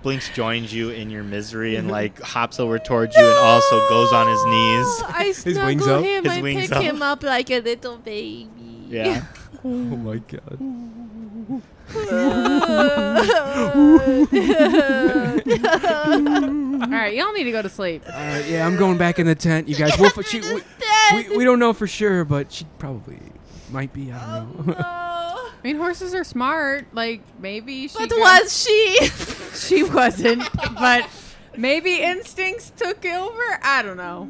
S8: Blinks joins you in your misery and like hops over towards you and also goes on his
S5: No,
S8: knees.
S5: I snuggle
S4: wings up?
S5: him.
S8: His
S5: I
S8: wings
S5: pick
S8: up.
S5: him up like a little baby. [LAUGHS]
S8: [LAUGHS] Yeah.
S4: [LAUGHS] oh my god.
S6: All right, y'all need to go to
S4: [LAUGHS]
S6: sleep.
S4: All right, Uh, yeah, I'm going back in the tent, you guys. We'll, f- she, we,
S5: [LAUGHS]
S4: we, we don't know for sure, but she probably might be. I don't [LAUGHS] know.
S5: [LAUGHS] No.
S6: I mean, horses are smart. Like maybe she.
S5: But
S6: got-
S5: was [LAUGHS] she?
S6: she wasn't, but maybe instincts took over. I don't know.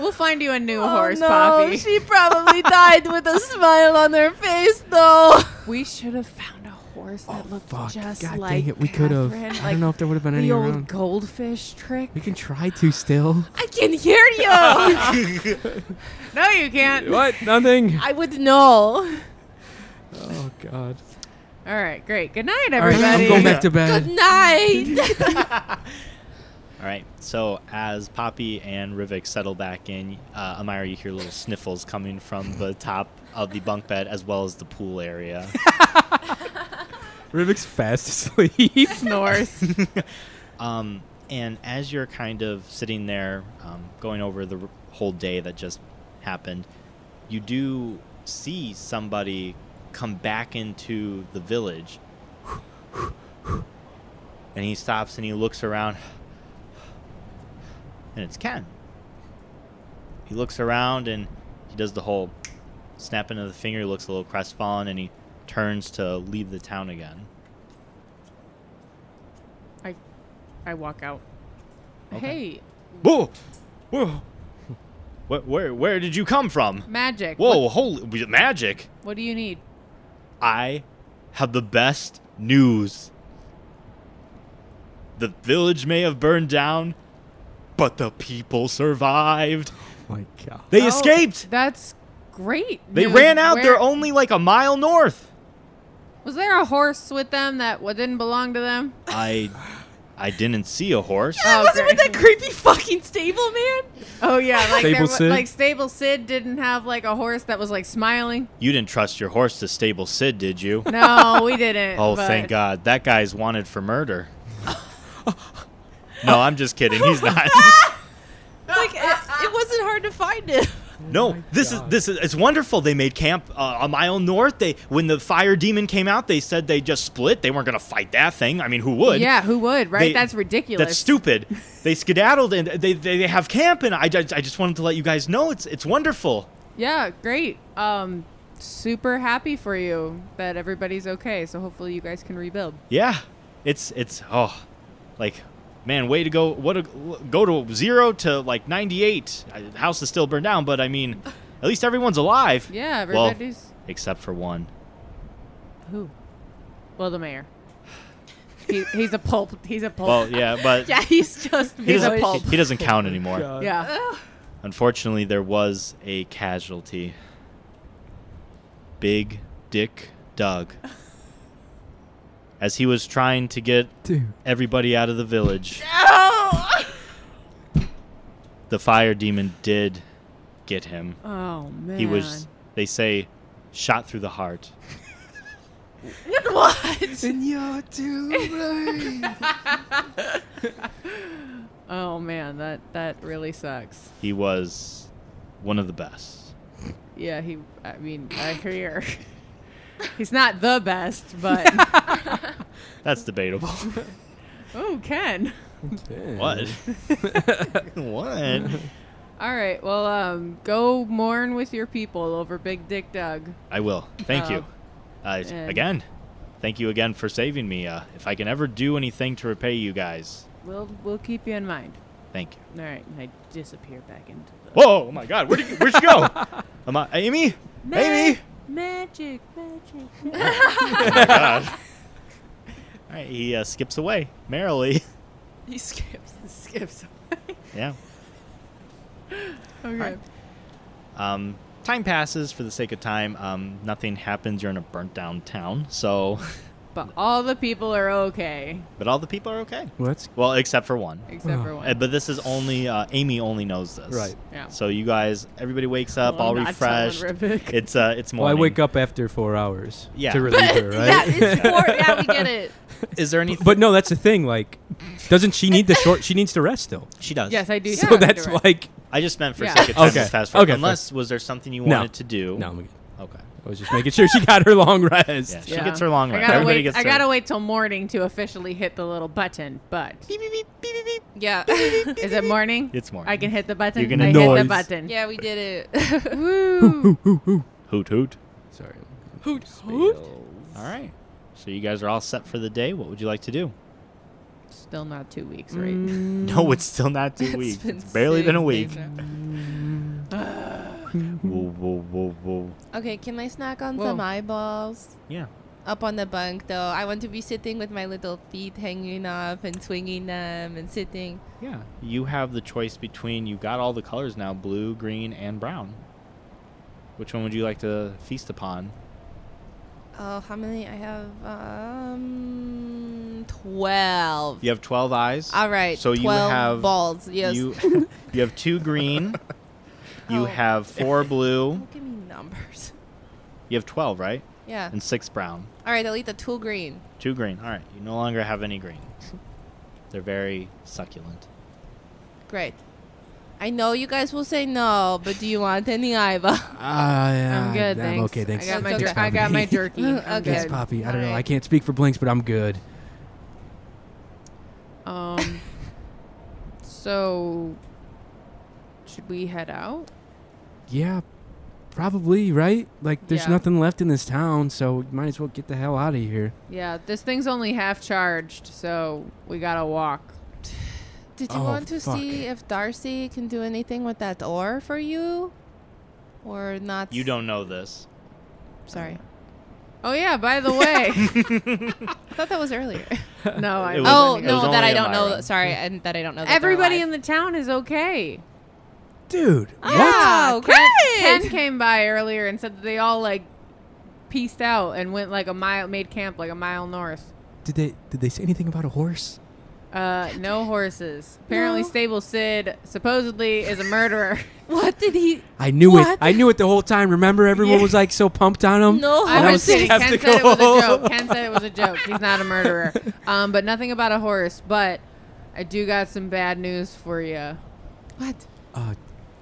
S6: We'll find you a new
S4: Oh,
S6: horse,
S5: Oh, no,
S6: Poppy.
S5: she probably died with a smile on her face, though. [LAUGHS]
S6: we should have found a horse that looked
S4: Oh, Fuck.
S6: just
S4: God
S6: like
S4: dang it. We could have.
S6: Catherine,
S4: I
S6: like
S4: don't know if there would have been any
S6: the old
S4: around.
S6: goldfish trick.
S4: We can try to still.
S5: I can hear [LAUGHS] you.
S6: No, you can't.
S4: [LAUGHS] What? Nothing.
S5: I would know.
S4: [LAUGHS] Oh God.
S6: All right, great. Good night,
S4: All right,
S6: everybody.
S4: [LAUGHS] I'm going back to bed.
S5: Good [LAUGHS] night.
S8: All right. So as Poppy and Rivik settle back in, uh, Amira, you hear little sniffles coming from the top of the bunk bed as well as the pool area.
S4: Rubik's fast [LAUGHS] asleep.
S6: Snores.
S8: Um, and as you're kind of sitting there, um, going over the r- whole day that just happened, you do see somebody come back into the village. And he stops and he looks around. And it's Ken. He looks around and he does the whole snapping of the finger. He looks a little crestfallen and he turns to leave the town again.
S6: I, I walk out. Hey,
S8: Whoa!
S4: Whoa.
S8: Where, where, where did you come from?
S6: magic.
S8: Whoa,
S6: What,
S8: holy was it magic!
S6: what do you need?
S8: I have the best news. The village may have burned down, but the people survived.
S4: My God.
S8: They
S6: Oh,
S8: escaped.
S6: That's great.
S8: They
S6: news.
S8: ran out.
S6: Where- [SIGHS]
S8: They're only like a mile north.
S6: Was there a horse with them that wa- didn't belong to them?
S8: I I didn't see a horse.
S5: [LAUGHS]
S6: Oh,
S5: Wasn't with
S6: great.
S5: that creepy fucking stable man?
S6: Oh yeah, like
S4: Stable
S6: there wa-
S4: Sid?
S6: like Stable Sid didn't have like a horse that was like
S5: [LAUGHS]
S6: smiling.
S8: You didn't trust your horse to stable Sid, did you?
S6: No, we didn't.
S8: Oh,
S6: but-
S8: thank God. That guy's wanted for murder. no, I'm just kidding. He's
S6: [LAUGHS]
S8: not.
S5: Like it, it wasn't hard to find [LAUGHS] him.
S6: Oh
S8: No, this is this is it's wonderful. They made camp uh, a mile north. They when the fire demon came out, they said they just split. They weren't going to fight that thing. I mean, who would?
S6: Yeah, who would? Right?
S8: They-
S6: That's ridiculous. [LAUGHS]
S8: That's stupid. They skedaddled and they, they, they have camp and I just, I just wanted to let you guys know it's it's wonderful.
S6: yeah, great. Um, super happy for you that everybody's okay. So hopefully you guys can rebuild.
S8: Yeah, it's it's oh, like man, way to go! What a go to zero to like ninety eight. House is still burned down, but I mean, at least everyone's alive.
S6: Yeah,
S8: Well,
S6: everybody's
S8: except for one.
S6: who? Well, the mayor. He, he's a pulp. He's a pulp.
S8: Well, yeah,
S6: [LAUGHS]
S8: but
S5: Yeah, he's just
S8: he
S5: he's
S8: doesn't
S5: a pulp.
S8: [LAUGHS] he doesn't
S4: [LAUGHS]
S8: count anymore.
S6: yeah.
S8: Unfortunately, there was a casualty. Big Dick Doug. As he was trying to get
S4: [LAUGHS] Dude.
S8: everybody out of
S6: [LAUGHS]
S8: the village. The fire demon did get him.
S6: Oh man.
S8: He was, they say, shot through the heart.
S4: And you're too late.
S6: Oh man, that that really sucks.
S8: He was one of the best.
S6: Yeah, he. I mean, I hear. [LAUGHS] He's not the best, but [LAUGHS]
S8: That's debatable.
S6: oh, Ken.
S8: what? [LAUGHS] what?
S6: All right. Well, um, go mourn with your people over Big Dick Doug.
S8: I will. Thank
S6: Oh.
S8: you. Uh,
S6: and-
S8: again, thank you again for saving me. Uh, if I can ever do anything to repay you guys,
S6: We'll we'll keep you in mind.
S8: thank you.
S6: All right, and I disappear back into the
S8: Whoa! Oh my God! Where'd you, where'd
S6: [LAUGHS]
S8: you go? Am I Amy? Amy?
S6: magic, magic. [LAUGHS]
S8: [LAUGHS] All right, he uh, skips away merrily. [LAUGHS]
S5: He skips.
S6: Skips.
S8: yeah.
S6: Okay.
S8: Um, time passes for the sake of time. Um, nothing happens. You're in a burnt down town, so. [LAUGHS]
S6: But all the people are okay
S8: But all the people are okay.
S4: What's
S8: Well, except for one.
S6: except for
S8: Uh,
S6: one.
S8: But this is only uh, Amy only knows this.
S4: Right.
S6: Yeah.
S8: So you guys, everybody wakes up
S6: Well,
S8: all
S6: not telling
S8: refreshed.
S6: Rivik.
S8: It's uh, it's
S4: Well, I
S8: morning.
S4: wake up after four hours
S8: Yeah.
S4: to relieve
S5: But [LAUGHS]
S4: her, right?
S5: yeah,
S4: [LAUGHS]
S5: it's four. Yeah, we get it.
S8: Is there anything?
S4: But no, that's the thing. Like, doesn't she need the short? She needs to rest still.
S8: She does.
S6: Yes,
S8: [LAUGHS]
S6: I do.
S4: So
S6: Yeah,
S4: that's
S6: you're right.
S4: like
S8: I just meant for
S6: Yeah.
S8: sake of time,
S4: Okay.
S8: just fast forward.
S4: Okay,
S8: Unless was there something you
S4: No.
S8: wanted to do?
S4: no. I'm good. I
S8: Okay.
S4: was just making sure she got her long rest.
S8: Yeah, she
S6: Yeah.
S8: gets her long
S6: I
S8: rest.
S6: gotta
S8: Everybody
S6: wait.
S8: gets.
S6: I
S8: their-
S6: gotta wait till morning to officially hit the little button. But
S5: [LAUGHS] Yeah.
S6: is it morning?
S8: It's morning.
S6: I can hit the button.
S8: You can
S6: I hit
S4: Noise.
S6: the button.
S5: yeah, we did it. [LAUGHS]
S6: Woo.
S8: Hoot hoot.
S4: Sorry.
S5: Hoot,
S8: All right. So you guys are all set for the day. What would you like to do?
S6: Still not two weeks, right?
S8: No,
S5: Mm-hmm.
S8: it's still not
S5: [LAUGHS]
S8: two weeks. It's barely been a week. Whoa, whoa, whoa, whoa.
S5: Okay, can I snack on
S6: Whoa.
S5: some eyeballs?
S8: Yeah.
S5: Up on the bunk, though, I want to be sitting with my little feet hanging up and swinging them and sitting.
S8: Yeah. You have the choice between. You got all the colors now: blue, green, and brown. Which one would you like to feast upon?
S5: Oh, how many? I have um twelve.
S8: You have twelve eyes.
S5: All right.
S8: So you
S5: twelve
S8: have
S5: balls. Yes.
S8: You
S5: [LAUGHS]
S8: you have two green. You
S5: Oh.
S8: have
S5: [LAUGHS]
S8: four blue.
S5: Don't give me numbers. [LAUGHS]
S8: You have twelve, right?
S5: Yeah.
S8: And six brown.
S5: All right. I'll eat the two green.
S8: Two green. All right. You no longer have any green. They're very succulent.
S5: Great. I know you guys will say no, but do you want any eyeball?
S4: Ah, yeah.
S6: I'm good. Thanks.
S4: okay. Thanks.
S6: I got my,
S5: That's
S4: Thanks,
S6: jer-
S5: okay.
S6: I got
S4: Poppy.
S6: my jerky. I'm
S4: [LAUGHS]
S5: Okay.
S4: Thanks,
S6: good.
S5: Pop.
S4: Poppy. I don't know.
S5: Alright.
S4: I can't speak for Blinks, but I'm good.
S6: Um. So, should we head out?
S4: Yeah, probably right. Like, there's
S6: Yeah.
S4: nothing left in this town, so we might as well get the hell out of here.
S6: Yeah, this thing's only half charged, so we gotta walk.
S5: [LAUGHS] Did you
S4: Oh,
S5: want to see
S4: fuck.
S5: if Darcy can do anything with that ore for you, or not?
S8: You don't know this.
S5: Sorry,
S6: Oh yeah, by the
S8: [LAUGHS]
S6: way.
S5: I thought that was earlier. [LAUGHS]
S6: no, I
S8: It was-
S5: oh
S8: it
S5: no,
S8: was
S5: that
S8: only
S5: I
S8: a
S5: don't know.
S8: Myra.
S5: Sorry, and that I don't know. That
S6: Everybody
S5: in
S6: in the town is okay.
S4: Dude,
S5: Wow,
S6: Ken,
S5: great.
S6: Ken came by earlier and said that they all like pieced out and went like a mile, made camp like a mile north.
S4: Did they did they say anything about a horse?
S6: Uh, no
S5: [LAUGHS]
S6: horses. Apparently,
S5: No.
S6: Stable Sid supposedly is a
S5: [LAUGHS]
S6: murderer. [LAUGHS]
S5: What
S4: [LAUGHS]
S5: did he?
S4: I knew it.
S5: What?
S4: I knew it the whole time. Remember, everyone was like so pumped on him.
S5: No
S6: I
S4: Um, I
S6: was
S4: was
S5: horses.
S6: kidding. Ken said it was a
S4: skeptical.
S6: joke. Ken said it was a joke. He's not a
S4: [LAUGHS]
S6: murderer. Um, but nothing about a horse. But I do got some bad news for you.
S5: What?
S4: Uh,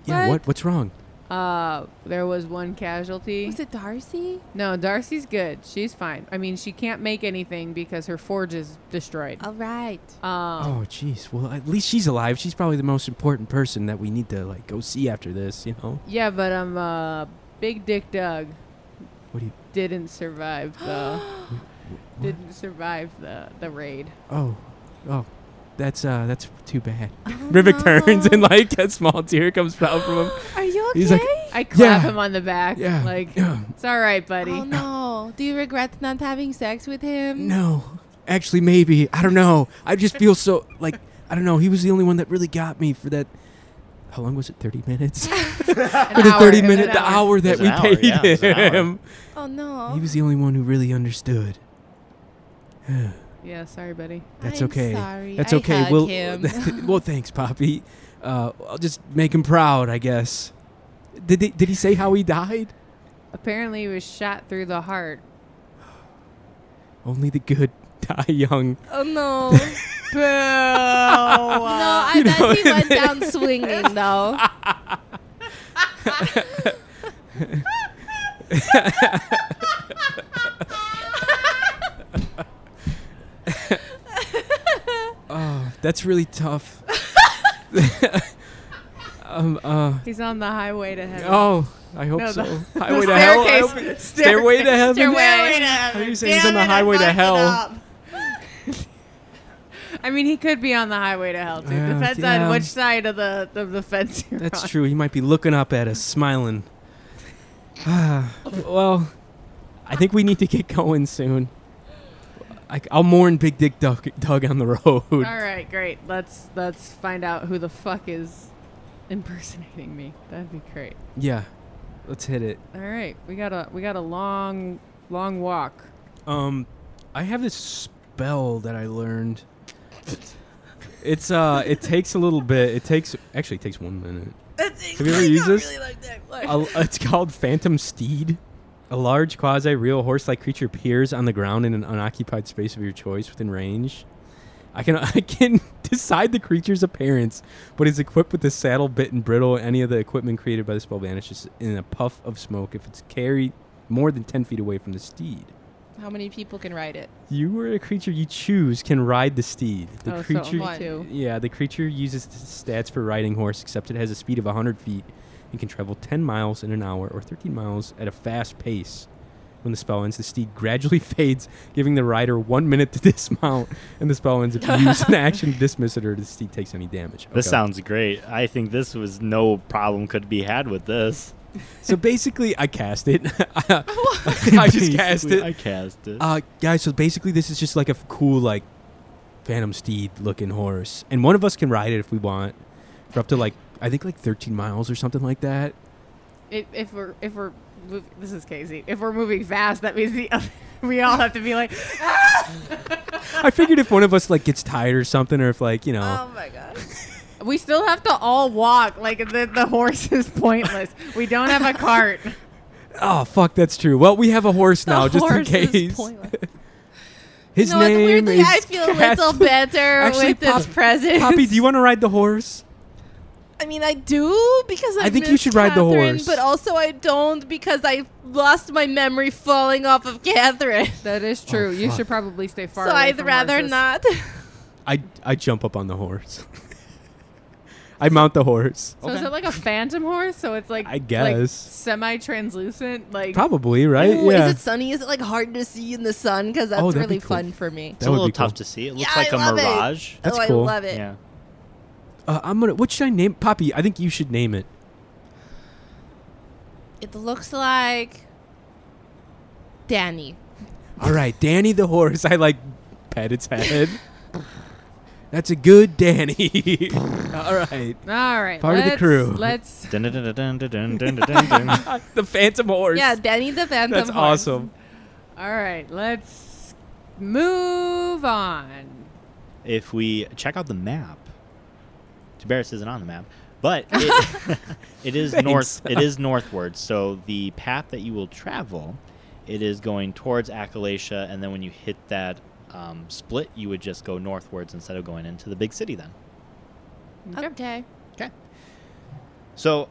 S4: yeah. What?
S5: What?
S4: What's wrong?
S6: Uh, there was one casualty.
S5: Was it Darcy?
S6: No, Darcy's good. She's fine. I mean, she can't make anything because her forge is destroyed.
S5: All right.
S4: [GASPS]
S6: Um,
S4: Oh, jeez. Well, at least she's alive. She's probably the most important person that we need to like go see after this. You know.
S6: Yeah, but um, uh, Big Dick Doug
S4: What do you?
S6: didn't survive
S4: [GASPS]
S5: [GASPS]
S6: the didn't survive the the raid.
S4: Oh, oh, that's uh, that's too bad. Rivik turns and like a small tear comes out from him.
S5: Oh,
S6: Um.
S5: Are you okay?
S4: He's like,
S6: I clap
S4: Yeah.
S6: him on the back.
S4: Yeah.
S6: Like
S4: Yeah.
S6: it's all right, buddy.
S5: oh no. Do you regret not having sex with him?
S4: No, actually, maybe I don't know. I just feel so like I don't know. He was the only one that really got me for that. How long was it? Thirty minutes.
S6: An
S4: for [LAUGHS] the
S6: hour,
S4: thirty
S6: it was
S4: minute,
S6: an
S4: the hour that
S8: It was
S4: we
S8: an hour,
S4: paid
S8: yeah, it was an hour.
S4: him.
S5: Oh no.
S4: He was the only one who really understood.
S6: Yeah, sorry, buddy.
S4: That's
S5: I'm
S4: okay.
S5: sorry.
S4: That's
S5: I
S4: okay.
S5: hug
S4: well, [LAUGHS]
S5: him. [LAUGHS]
S4: well, thanks, Poppy. Uh, I'll just make him proud, I guess. Did he, did he say how he died?
S6: Apparently, he was shot through the heart.
S4: Only the good [LAUGHS] die young. [LAUGHS]
S5: Oh no. no, I bet he went down swinging though.
S4: Oh, that's really [LAUGHS] tough. um. Uh.
S6: He's on the highway to heaven.
S4: Oh, I hope
S6: No,
S4: so.
S6: the-
S4: highway to hell. I
S6: staircase.
S4: hope- Stairway
S6: [LAUGHS]
S4: to heaven. How do you say he's on the highway to hell?
S6: [LAUGHS] I mean, he could be on the highway to hell too.
S4: Yeah,
S6: Depends
S4: yeah.
S6: on which side of the of the fence you're
S4: That's
S6: on.
S4: true. He might be looking up at us, smiling. [SIGHS] Ah, well, I think we need to get going soon. I, will mourn Big Dick Doug, Doug on the [LAUGHS] road.
S6: All right, great. Let's let's find out who the fuck is impersonating me. That'd be great.
S4: Yeah, let's hit it.
S6: All right, we got a we got a long long walk.
S4: Um, I have this spell that I learned. It's uh, it takes a little bit. It takes actually it takes one minute. [LAUGHS] Have you ever
S5: [LAUGHS]
S4: used this? Uh, A- it's called Phantom Steed. A large quasi real horse like creature appears on the ground in an unoccupied space of your choice within range. I can [LAUGHS] I can decide the creature's appearance, but is equipped with a saddle, bit, and bridle. Any of the equipment created by the spell vanishes in a puff of smoke if it's carried more than 10 feet away from the steed.
S5: How many people can ride it?
S4: You or a creature you choose can ride the steed. The
S6: Oh, so
S4: creature,
S6: only two.
S4: yeah, the creature uses the stats for riding horse, except it has a speed of 100 feet and can travel 10 miles in an hour or 13 miles at a fast pace. When the spell ends, the steed gradually [LAUGHS] fades, giving the rider one minute to [LAUGHS] dismount, and the spell ends if you use
S6: [LAUGHS]
S4: an action to dismiss it or the steed takes any damage.
S8: This
S4: Okay.
S8: sounds great. I think this was no problem could be had with this.
S4: so. Basically, I
S6: [LAUGHS]
S4: cast it. [LAUGHS] I
S8: [LAUGHS]
S4: just cast
S8: Basically,
S4: it.
S8: [LAUGHS] I cast it.
S4: Uh, guys, so basically, this is just like a f- cool, like, Phantom Steed looking horse. And one of us can ride it if we want for up to, like, I think like 13 miles or something like that.
S6: If, if we're if we're mov- this is Casey. If we're moving fast, that means the [LAUGHS] other, we all have to be like, "Ah!"
S4: I figured if one of us, like, gets tired or something, or if, like, you
S6: Oh
S4: know,
S5: my god.
S6: we [LAUGHS] still have to all walk. Like the the horse [LAUGHS] is pointless. We don't have a cart.
S4: oh, fuck, that's true. Well, we have a horse now, just in case. His
S5: no,
S4: name
S5: weirdly,
S4: is
S5: I feel a
S4: Cat-
S5: little [LAUGHS] better
S4: Actually,
S5: with this
S4: Pop- [LAUGHS]
S5: present.
S4: Poppy, do you want to ride the horse?
S5: I mean, I do because I,
S4: I think you
S5: miss
S4: should ride the
S5: Catherine,
S4: horse.
S5: but also I don't because I lost my memory falling off of Catherine.
S6: That is true. you
S4: Oh, fuck.
S6: should probably stay far.
S5: so
S6: away
S5: I'd
S6: from
S5: rather
S6: horses.
S5: not.
S4: I, I jump up on the horse. [LAUGHS] I mount the horse.
S6: So is it like a phantom horse? So it's like
S4: I guess.
S6: semi translucent. Like
S4: Probably, [LAUGHS] right?
S5: Ooh,
S4: yeah.
S5: Is it sunny? Is it like hard to see in the sun? Because that's
S4: Oh, that'd be
S5: really
S4: cool.
S5: fun for me.
S4: That
S8: it's a
S4: would
S8: little
S4: be cool.
S8: tough to see. It looks
S5: Yeah,
S8: like
S5: I
S8: a
S5: love it.
S8: mirage.
S4: That's
S5: oh,
S4: cool.
S5: I love it.
S8: Yeah.
S4: Uh, I'm gonna. What should I name Poppy? I think you should name it.
S5: It looks like Danny.
S4: All right, Danny the horse. [LAUGHS] I like pet its head. That's a good Danny. [LAUGHS] All All right.
S6: All right.
S4: Part of the
S6: let's-
S4: crew.
S6: Let's.
S8: Dun, dun, dun, dun, dun, dun, dun, dun, dun, dun. [LAUGHS]
S4: The Phantom Horse.
S5: Yeah, Danny the Phantom.
S4: That's
S5: Horse.
S4: awesome.
S6: All right. Let's move on.
S8: if we check out the map, Tiberias isn't on the map,
S5: [LAUGHS]
S8: but it, [LAUGHS] it is north. It is northward. So the path that you will travel, it is going towards Akalacia, and then when you hit that um, split, you would just go northwards instead of going into the big city. Then,
S5: Okay.
S8: okay. So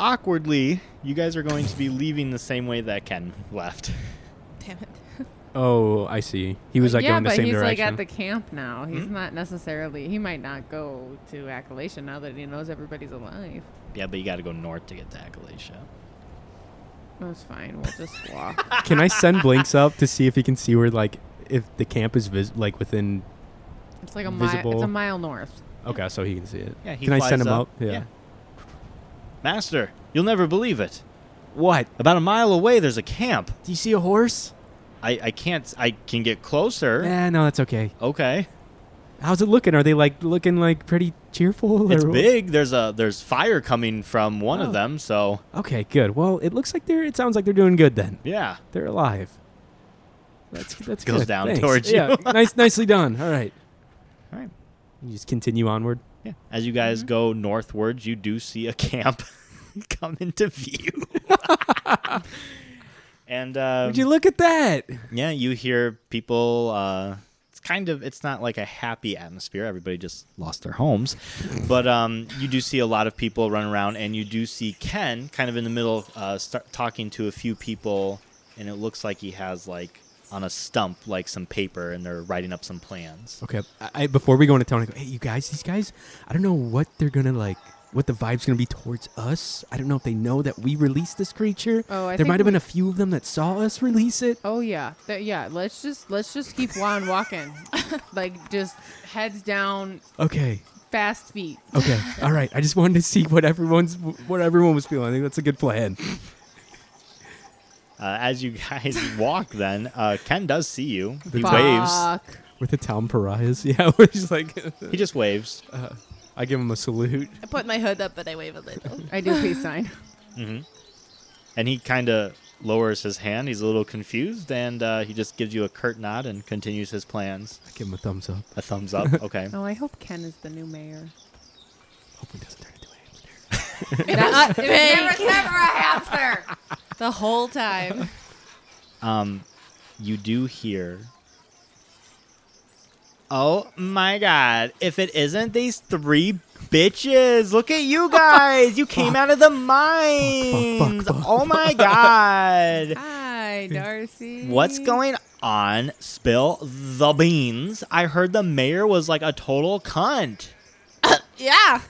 S8: awkwardly, you guys are going to be leaving the same way that Ken left. [LAUGHS]
S5: Damn it.
S4: Oh, I see. He was like
S6: yeah,
S4: going the
S6: but
S4: same
S6: he's
S4: direction.
S6: like
S4: Hmm?
S6: at the camp now. He's not necessarily. He might not go to Accolation now that he knows everybody's alive.
S8: Yeah, but you got to go north to get to Akalacia.
S6: That's fine. We'll
S4: [LAUGHS]
S6: just walk.
S4: can
S6: [LAUGHS]
S4: I send Blinks up to see if he can see where like if the camp is vis- like within?
S6: it's like a mile. It's
S4: Visible.
S6: a mile north.
S4: Okay, so he can see it.
S8: Yeah, he
S4: can I
S8: flies
S4: send him
S8: up.
S4: up? Yeah.
S8: Yeah. Master, you'll never believe it.
S4: What?
S8: About a mile away, there's a camp.
S4: Do you see a horse?
S8: I, I can't. I can get closer.
S4: Yeah, no, that's okay.
S8: Okay.
S4: How's it looking? Are they like looking like pretty cheerful?
S8: It's
S4: or-
S8: big. There's a there's fire coming from one
S4: Oh.
S8: of them. So
S4: Okay, good. Well, it looks like they're. It sounds like they're doing good then.
S8: yeah.
S4: They're alive.
S8: [LAUGHS]
S4: That's that's
S8: Goes
S4: good.
S8: down
S4: Thanks.
S8: towards you.
S4: Yeah, [LAUGHS] nice, nicely done. All right.
S8: All right.
S4: You just continue onward.
S8: Yeah. As you guys
S4: Mm-hmm.
S8: go northwards, you do see a [LAUGHS] camp come
S4: [LAUGHS]
S8: into view. and um,
S4: Would you look at that?
S8: yeah, you hear people. Uh, it's kind of it's not like a happy atmosphere. Everybody just lost their homes, but um, you do see a lot of people run around, and you do see Ken kind of in the middle, uh, start talking to a few people, and it looks like he has like on a stump like some paper, and they're writing up some plans.
S4: Okay. I, I, before we go into town, I go, hey, you guys, these guys, I don't know what they're going to like, what the vibe's going to be towards us. I don't know if they know that we released this creature.
S6: Oh, I
S4: there
S6: think
S4: might have been
S6: we-
S4: a few of them that saw us release it.
S6: Oh yeah, Th- yeah. Let's just let's just keep on
S4: [LAUGHS]
S6: walking, like just heads down,
S4: Okay.
S6: fast feet. [LAUGHS]
S4: Okay. All right. I just wanted to see what everyone's what everyone was feeling. I think that's a good plan.
S8: Uh, as you [LAUGHS] guys walk, then uh, Ken does see you. He waves.
S6: Fuck.
S4: We're the town pariahs. [LAUGHS] Yeah, we're just like
S8: He just waves.
S4: I give him a salute.
S5: I put my hood up, but I wave a [LAUGHS] little.
S6: I do peace sign.
S8: and he kind of lowers his hand. He's a little confused, and uh, he just gives you a curt nod and continues his plans.
S4: I give him a thumbs up.
S8: A thumbs
S4: [LAUGHS]
S8: up. Okay.
S6: Oh, I hope Ken is the new mayor.
S4: Hopefully it doesn't turn into a hamster.
S5: That's
S6: Never, never a hamster.
S5: the whole time.
S8: Um, you do hear. Oh my God! If it isn't these three bitches, look at you guys! You came out of the mines.
S4: fuck, fuck,
S8: Oh my God!
S6: Hi, Darcy.
S8: What's going on? Spill the beans. I heard the mayor was like a total cunt.
S5: Yeah.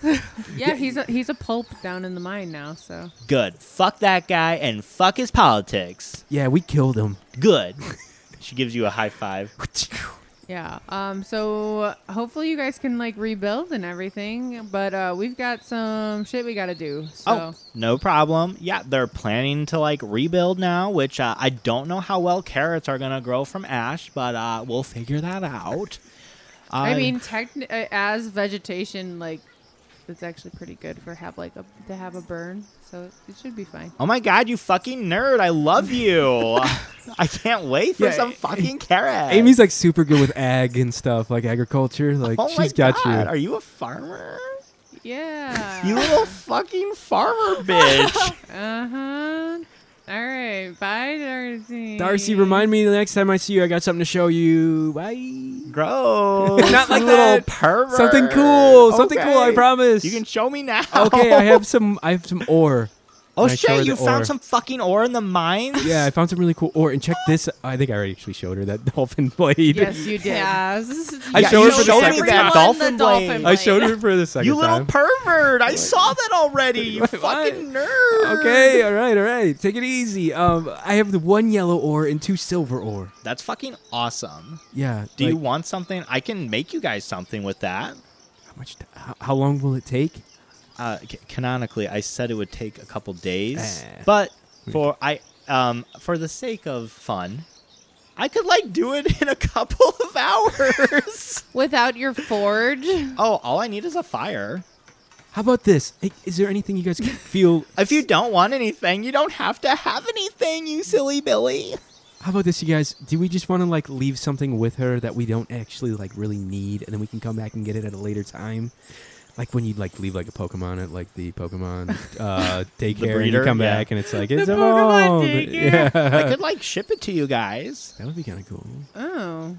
S6: Yeah, he's a, he's a pulp down in the mine now. So
S8: Good. Fuck that guy and fuck his politics.
S4: Yeah, we killed him.
S8: Good. she gives you a high five.
S6: yeah. Um. So hopefully you guys can like rebuild and everything, but uh, we've got some shit we gotta do. So
S8: Oh, no problem. Yeah, they're planning to like rebuild now, which uh, I don't know how well carrots are gonna grow from ash, but uh, we'll figure that out.
S6: I
S8: Uh,
S6: mean, techni- uh, as vegetation, like it's actually pretty good for have like a to have a burn. So it should be fine.
S8: oh my god, you fucking nerd! I love you. [LAUGHS] I can't wait for
S4: Yeah,
S8: some
S4: A-
S8: fucking carrot.
S4: Amy's like super good with ag and stuff, like agriculture. Like
S8: oh
S4: she's
S8: my
S4: got
S8: god,
S4: you.
S8: are you a farmer?
S6: Yeah.
S8: You little fucking
S4: [LAUGHS]
S8: farmer bitch.
S6: Uh huh. All right. Bye, Darcy.
S4: Darcy, remind me the next time I see you. I got something to show you. Bye.
S8: Gross.
S4: Not like
S8: you little
S4: that.
S8: pervert.
S4: Something cool. Something cool. I
S8: Okay.
S4: promise. [LAUGHS]
S8: You can show me now.
S4: okay, I
S8: [LAUGHS]
S4: have some. I have some ore.
S8: Oh
S4: And I show her the
S8: shit! You found
S4: ore.
S8: some fucking ore in the mines.
S4: Yeah, I found some really cool ore. And check this. I think I already actually showed her that [LAUGHS] dolphin blade.
S6: Yes, you did. [LAUGHS]
S4: I
S8: Yeah,
S4: showed
S8: you
S4: her for the
S8: showed
S4: second
S8: me that
S4: time.
S8: dolphin blade.
S4: I showed her for the second
S8: You little
S4: time.
S8: pervert! I saw that
S4: [LAUGHS]
S8: already. You
S4: What?
S8: fucking nerd.
S4: okay, all right, all right. Take it easy. Um, I have the one yellow ore and two silver ore.
S8: That's fucking awesome.
S4: Yeah.
S8: Do you
S4: like,
S8: want something? I can make you guys something with that.
S4: How much? t- How, how long will it take?
S8: Uh, ca- canonically, I said it would take a couple days,
S4: Eh.
S8: but for I um for the sake of fun, I could like do it [LAUGHS] in a couple of hours. [LAUGHS]
S5: Without your forge,
S8: oh, all I need is a fire.
S4: How about this? Hey, Is there anything you guys [LAUGHS] feel?
S8: If you don't want anything, you don't have to have anything, you silly Billy.
S4: How about this, you guys? Do we just want to like leave something with her that we don't actually like really need, and then we can come back and get it at a later time? Like when you like leave like a Pokemon at like the Pokemon uh, daycare, and you
S8: breeder,
S4: come
S8: yeah.
S4: back and it's like it's
S6: Pokemon
S4: [LAUGHS] old.
S6: daycare.
S4: Yeah.
S8: I could like ship it to you guys.
S4: That would be kind of cool.
S6: Oh.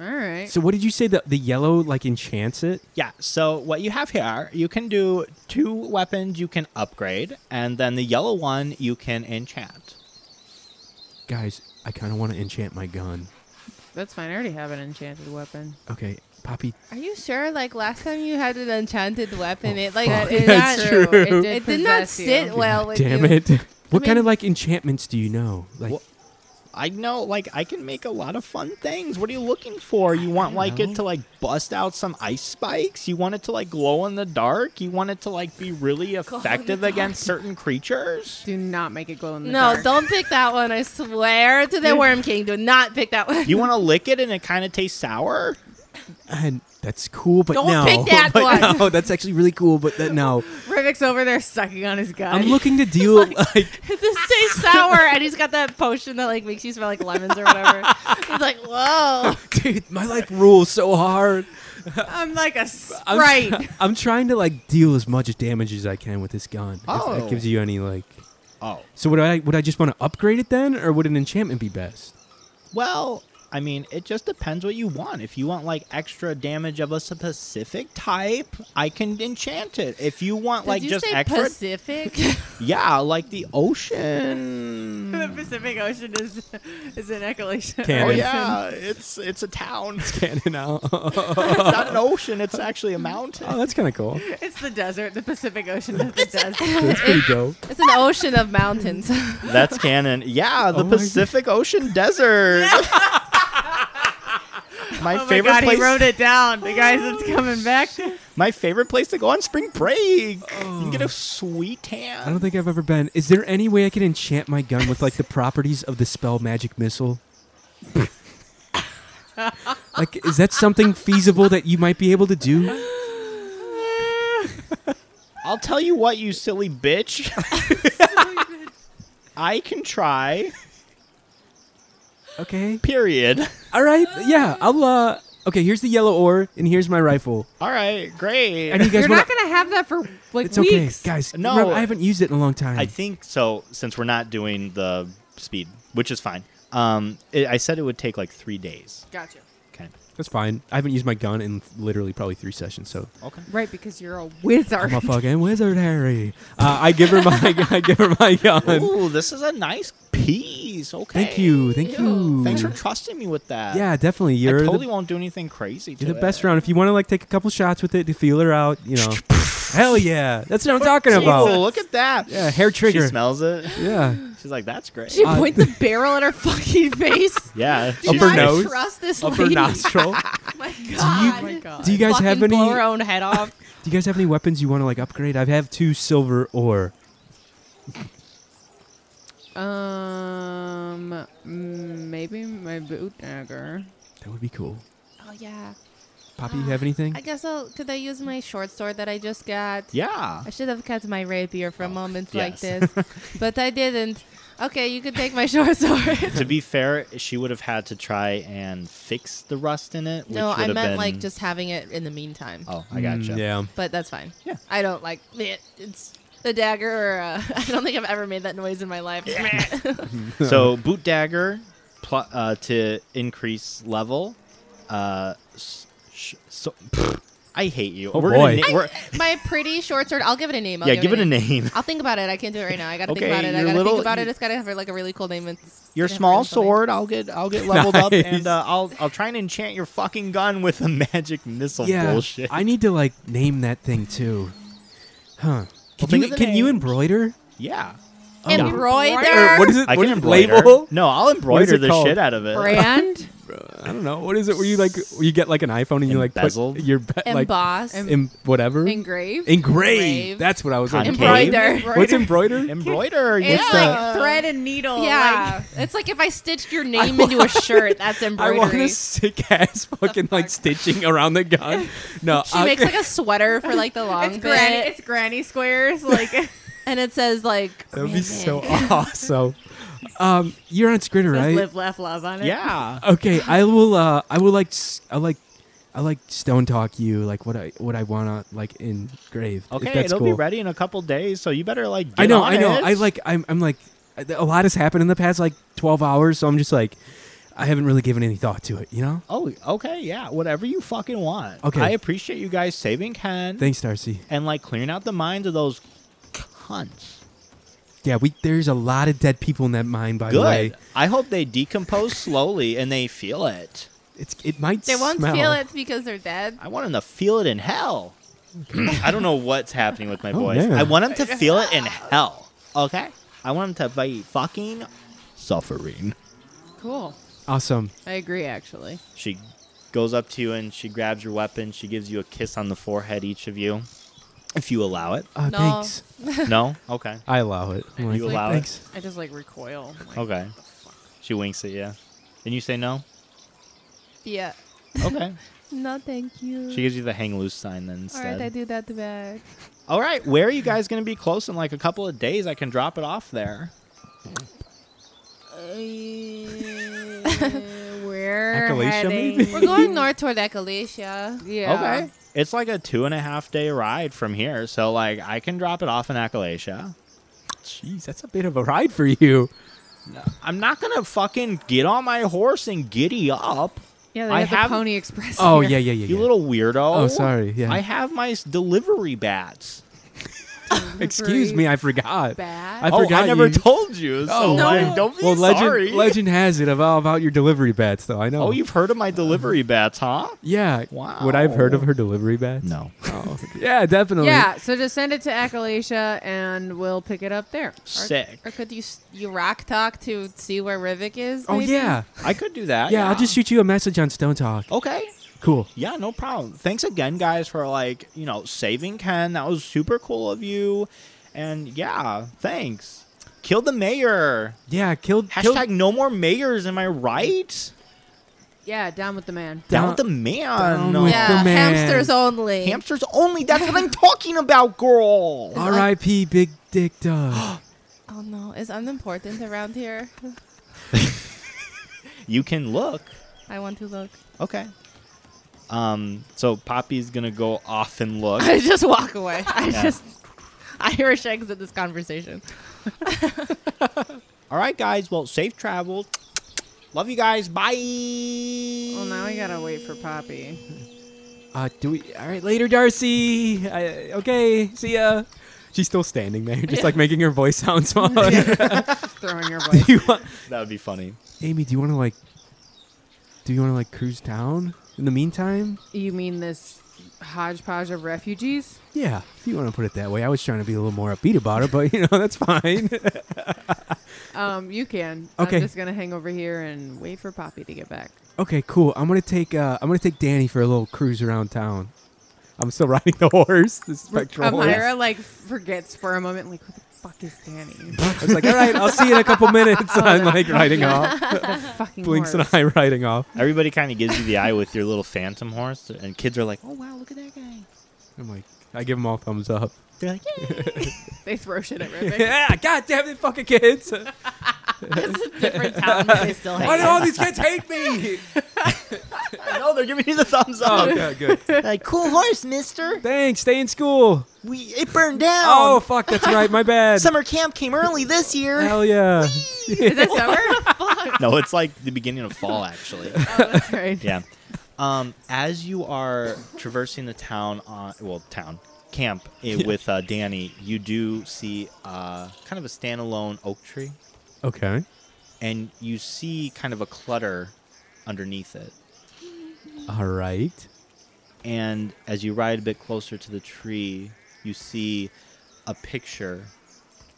S6: All right.
S4: So, what did you say? The the yellow like enchants it.
S8: Yeah, so what you have here, you can do two weapons you can upgrade, and then the yellow one you can enchant.
S4: Guys, I kind of want to enchant my gun.
S6: That's fine. I already have an enchanted weapon.
S4: Okay, Poppy.
S5: are you sure? Like last time you had an enchanted weapon, it like
S4: Oh, fuck.
S5: it,
S4: That's
S5: not,
S4: true.
S6: It did,
S5: it did not
S6: possess you.
S4: [LAUGHS]
S5: sit well with
S4: Damn
S5: you.
S4: it! What kind
S5: mean-
S4: of like enchantments do you know? Like,
S8: Well, I know, like, I can make a lot of fun things. What are you looking for? You want, like,
S4: know.
S8: it to, like, bust out some ice spikes? You want it to, like, glow in the dark? You want it to, like, be really effective against certain creatures?
S6: Do not make it glow in the
S5: No,
S6: dark.
S5: don't pick that one. I swear to the Worm King, do not pick that one. [LAUGHS]
S8: You want to lick it and it kind of tastes sour?
S4: and that's cool, but
S5: Don't
S4: no.
S5: pick that
S4: [LAUGHS] But
S5: one.
S4: No, that's actually really cool, but that, no.
S6: Rivik's over there sucking on his gun.
S4: I'm looking
S5: [LAUGHS]
S4: to deal like
S5: this tastes sour, and he's got that potion that like makes you smell like lemons
S6: [LAUGHS]
S5: or whatever. He's like, whoa.
S4: dude, my life rules so hard.
S6: I'm like a
S4: I'm,
S6: sprite.
S4: [LAUGHS] I'm trying to like deal as much damage as I can with this gun. If
S8: Oh.
S4: that gives you any like
S8: Oh.
S4: So would I would I just want to upgrade it then or would an enchantment be best? [LAUGHS]
S8: Well, I mean, it just depends what you want. If you want like extra damage of a specific type, I can enchant it. If you want like
S5: Did you
S8: just
S5: say
S8: extra,
S5: Pacific? [LAUGHS]
S8: yeah, like the ocean.
S6: the Pacific Ocean is is an echolation.
S4: Cannon.
S8: Oh yeah, it's it's a town. It's
S4: Cannon [LAUGHS] out.
S8: not an ocean. It's actually a mountain.
S4: oh, that's kind of cool.
S6: It's the desert. The Pacific Ocean is the
S4: [LAUGHS]
S6: desert. Oh
S4: That's pretty dope.
S5: it's an ocean of [LAUGHS] mountains.
S8: [LAUGHS] That's canon. Yeah, the
S4: Oh my
S8: Pacific Ocean desert. [LAUGHS] My
S6: Oh my
S8: favorite
S6: god,
S8: place.
S6: he wrote it down. The guys that's coming back.
S8: My favorite place to go on spring break. You
S4: Oh.
S8: can get a sweet tan.
S4: I don't think I've ever been. Is there any way I can enchant my gun with like the properties of the spell magic missile? like, is that something feasible that you might be able to do? Oh.
S8: [LAUGHS] I'll tell you what, you silly [LAUGHS] bitch. I can try.
S4: Okay.
S8: Period.
S4: All right. Yeah. I'll. uh Okay. Here's the yellow ore, and here's my rifle.
S8: All right, great.
S4: And you guys
S6: You're
S4: wanna-
S6: not gonna have that for like
S4: It's okay,
S6: weeks.
S4: guys.
S8: No.
S4: remember, I haven't used it in a long time.
S8: I think so. Since we're not doing the speed, which is fine. Um, it, I said it would take like three days.
S6: Gotcha.
S8: Okay.
S4: That's fine. I haven't used my gun in literally probably three sessions. So
S8: Okay.
S6: Right, because you're a wizard. [LAUGHS]
S4: I'm a fucking wizard, Harry. Uh, I give her my. [LAUGHS] I give her my gun.
S8: Ooh, this is a nice piece. Okay.
S4: Thank you. Thank you.
S8: Thanks for trusting me with that.
S4: Yeah, definitely.
S8: I
S4: You're the-
S8: totally won't do anything crazy. To
S4: You're the
S8: it.
S4: best around. If you want to like take a couple shots with it to feel her out, you
S8: [LAUGHS]
S4: know. Hell yeah. That's what I'm talking
S8: Oh,
S4: about.
S8: look at that.
S4: Yeah, hair
S8: She
S4: trigger.
S8: smells it.
S4: Yeah.
S8: She's like, that's great.
S5: She
S4: Uh,
S5: point the barrel at her
S4: [LAUGHS]
S5: fucking face.
S8: yeah.
S5: Do
S8: she's
S4: Upper
S5: not
S8: great.
S4: nose.
S5: trust this
S4: Upper
S5: lady.
S8: [LAUGHS]
S4: nostril.
S5: [LAUGHS] My God.
S6: Oh my God.
S4: Do you guys
S5: Fucking
S4: have any
S5: blow her
S4: Do
S5: own head
S8: [LAUGHS]
S5: off.
S4: you guys have any weapons you want to like upgrade? I have two silver ore.
S6: Um, mm, maybe my boot dagger.
S4: That would be cool.
S5: oh yeah.
S4: Poppy, you have anything?
S5: I guess I'll. Could I use my short sword that I just got?
S8: Yeah. Oh,
S5: I should have kept my rapier for moments
S8: yes.
S5: like
S8: [LAUGHS]
S5: this, but I didn't. Okay, you can take my [LAUGHS] short sword.
S8: to be fair, she would have had to try and fix the rust in it. Which
S5: no,
S8: would
S5: I
S8: have
S5: meant
S8: been-
S5: like just having it in the meantime.
S8: Oh, I gotcha.
S4: Mm, yeah.
S5: But that's fine.
S8: Yeah.
S5: I don't like it. It's a dagger or a, [LAUGHS] I don't think I've ever made that noise in my life.
S4: [LAUGHS]
S8: So boot dagger pl- uh, to increase level. Uh, s- sh- so, I hate you.
S4: Oh,
S8: we're
S4: boy.
S8: Gonna, na- we're,
S5: [LAUGHS] my pretty short sword. I'll give it a name. I'll
S8: yeah, give it a
S5: name.
S8: name.
S5: I'll think about it. I can't do it right now. I gotta
S8: Okay,
S5: think about it. I
S8: your
S5: gotta
S8: little-
S5: think about it.
S8: you-
S5: It's gotta have like a really cool name. It's
S8: Your
S5: gotta have
S8: small
S5: really cool name.
S8: sword. I'll get.
S4: [LAUGHS]
S8: I'll get leveled up,
S4: Nice.
S8: and uh, I'll. I'll try and enchant your fucking gun with a [LAUGHS] magic missile
S4: Yeah.
S8: bullshit.
S4: I need to like name that thing too. Huh. Can,
S8: think
S4: you,
S8: of the
S4: can you
S8: name.
S4: embroider?
S8: yeah.
S5: Embroider.
S4: Or what is it?
S8: I
S4: what
S5: [LAUGHS]
S8: can
S4: is it,
S8: embroider.
S4: Label?
S8: No, I'll
S4: What is
S8: embroider
S4: it
S8: the
S4: called?
S8: shit out of it.
S6: Brand.
S4: I don't know. What is it? Where you like you get like an iPhone and you like
S8: Embezzled?
S4: put your be- like
S5: Embossed.
S4: em- whatever
S6: Engraved.
S4: Engraved.
S5: Engraved.
S4: That's what I was looking for.
S8: Concave.
S5: Embroider.
S4: What's
S8: [LAUGHS]
S4: embroider?
S8: Embroider.
S3: [LAUGHS]
S5: It's
S8: yeah.
S6: Thread and
S5: Oh,
S6: needle.
S5: Yeah, it's like if I stitched your name into a shirt, that's
S4: I want
S5: embroidery.
S4: a sick ass fucking like stitching around the gun. No,
S5: She
S4: [LAUGHS]
S5: makes like a sweater for [LAUGHS] like the long
S6: Like, it's
S5: bit,
S6: granny. It's granny [LAUGHS] squares. Like
S5: and it says like
S4: that would be
S5: Raven.
S4: so [LAUGHS] awesome. Um, you're on Skritter, right?
S6: live, laugh, love on it.
S8: yeah.
S4: okay, I will. Uh, I will like. s- I like. I like stone talk you like what I what I wanna like engraved. if
S8: Okay,
S4: that's
S8: it'll be
S4: cool.
S8: ready in a couple days, so you better like. Get
S4: I know,
S8: on
S4: I know.
S8: it.
S4: I like. I'm. I'm like. A lot has happened in the past like 12 hours, so I'm just like, I haven't really given any thought to it. You know?
S8: Oh, okay, yeah. Whatever you fucking want.
S4: Okay.
S8: I appreciate you guys saving Ken
S4: Thanks, Darcy.
S8: and like clearing out the minds of those cunts.
S4: Yeah, we there's a lot of dead people in that mine. By the way,
S8: Good. I hope they decompose slowly and they feel it.
S4: it's it might.
S5: They won't
S4: smell.
S5: feel it because they're dead.
S8: I want them to feel it in hell. [CLEARS THROAT] I don't know what's happening with my
S4: Oh,
S8: voice.
S4: yeah.
S8: I want them to feel [LAUGHS] it in hell. Okay? I want them to be fucking suffering.
S6: Cool.
S4: Awesome.
S6: I agree, actually.
S8: She goes up to you and she grabs your weapon. She gives you a kiss on the forehead, each of you, if you allow [LAUGHS] it.
S4: Uh,
S5: No.
S4: Thanks.
S8: no? Okay.
S4: I allow it. I'm
S8: You allow it?
S4: thanks.
S6: I just like recoil. Like,
S4: Oh.
S8: Okay. She winks at you. And you say no?
S5: Yeah.
S8: [LAUGHS] Okay.
S5: No, thank you.
S8: she gives you the hang loose sign then
S5: All
S8: instead.
S5: right, I do that back.
S8: All right, where are you guys going to be close in like a couple of days? I can drop it off there.
S6: "Uh, [LAUGHS] We're
S4: Echolalia,
S6: heading. [LAUGHS]
S4: maybe?
S5: We're [LAUGHS] going north toward Echolacia.
S6: Yeah.
S8: Okay. It's like a two and a half day ride from here. So, like, I can drop it off in Appalachia.
S4: Jeez, that's a bit of a ride for
S5: [LAUGHS]
S4: you.
S8: I'm not going to fucking get on my horse and giddy up.
S6: Yeah, they
S8: I
S6: have the
S8: have-
S6: Pony Express.
S4: Oh yeah,
S6: here.
S4: yeah, yeah.
S8: You
S4: yeah.
S8: little weirdo.
S4: Oh, sorry, yeah.
S8: I have my s- delivery bats.
S4: Excuse me, I forgot.
S6: Bad.
S4: I
S8: oh,
S4: forgot.
S8: I never
S4: you.
S8: told you. So,
S4: Oh,
S8: like, don't be
S4: Well, legend,
S8: sorry.
S4: legend has it of all about your delivery bats, though. I know.
S8: Oh, you've heard of my delivery bats, huh?
S4: Yeah.
S8: Wow.
S4: Would I have heard of her delivery bats?
S8: No.
S4: Oh, yeah, definitely.
S6: Yeah, so just send it to Echolalia and we'll pick it up there.
S8: Sick.
S5: Or could you s- you rock talk to see where Rivik is?
S4: Oh
S5: maybe?
S4: yeah.
S8: I could do that.
S4: Yeah, I'll just shoot you a message on Stone Talk.
S8: Okay.
S4: Cool.
S8: Yeah, no problem. Thanks again, guys, for like, you know, saving Ken. That was super cool of you. And yeah, thanks. Kill the mayor.
S4: Yeah, killed.
S8: Hashtag no more mayors, am I right?
S6: Yeah, down with the man.
S8: Down
S4: Down-
S8: with the man.
S4: down with
S8: uh,
S5: Yeah,
S4: Superman.
S5: hamsters only.
S8: Hamsters only. That's
S4: [LAUGHS]
S8: what I'm talking about, girl.
S4: R.I.P. Big Dick Doug.
S5: oh no, is unimportant around here.
S8: You can look.
S5: I want to look.
S8: Okay. Um, so Poppy's gonna go off and
S5: [LAUGHS]
S8: look.
S5: I just walk away. I
S8: Yeah.
S5: just Irish exit this conversation.
S8: All right, guys. Well, safe travel. Love you guys. Bye.
S6: Well, now we gotta wait for
S4: [LAUGHS]
S6: Poppy.
S4: [GASPS] Uh, do we? All right, later, Darcy. I, okay, see ya. She's still standing there, just like making her voice [LAUGHS] sound
S6: [LAUGHS]
S4: smaller.
S6: Throwing your
S4: do
S6: voice.
S4: you want,
S8: That would be funny.
S4: Amy? Do you want to like? Do you want to like cruise town in the meantime?
S6: you mean this hodgepodge of refugees?
S4: Yeah, if you want to put it that way. I was trying to be a little more upbeat about it, but you know [LAUGHS] that's fine.
S6: Um, you can.
S4: Okay.
S6: I'm just gonna hang over here and wait for Poppy to get back.
S4: okay, cool. I'm gonna take uh, I'm gonna take Danny for a little cruise around town. I'm still riding the horse, the spectral horse.
S6: Amira like forgets for a moment, like, who the fuck is
S4: [LAUGHS]
S6: Danny?
S4: I was like, all right, I'll see you in a couple minutes. [LAUGHS] I'm like riding off,
S6: the fucking
S4: blinks and
S6: horse.
S4: I [LAUGHS] riding off.
S8: Everybody kind of gives you the eye with your little phantom horse, and kids are like, "Oh wow, look at that guy!"
S4: I'm like, I give them all thumbs up.
S8: They're like, "Yeah."
S6: They throw shit at Rivik.
S4: [LAUGHS] Yeah, god damn it, fucking kids!
S5: Different town, but they
S4: [LAUGHS]
S5: still
S4: Why
S5: hang
S4: do
S5: out.
S4: all these kids hate
S6: [LAUGHS]
S4: me?
S8: "No, they're giving you the thumbs up."
S4: Oh, yeah, good.
S8: Like, cool horse, Mister.
S4: Thanks. Stay in school.
S8: We it burned down.
S4: Oh fuck, that's right. My bad.
S8: summer camp came early this year.
S4: Hell yeah.
S8: Oh. no, it's like the beginning of fall, [LAUGHS] actually.
S4: [LAUGHS]
S6: That's right.
S8: yeah. Um, as you are traversing the town on well town camp eh, with uh, Danny, you do see uh, kind of a standalone oak tree,
S4: Okay.
S8: and you see kind of a clutter underneath it.
S4: All right.
S8: and as you ride a bit closer to the tree, you see a picture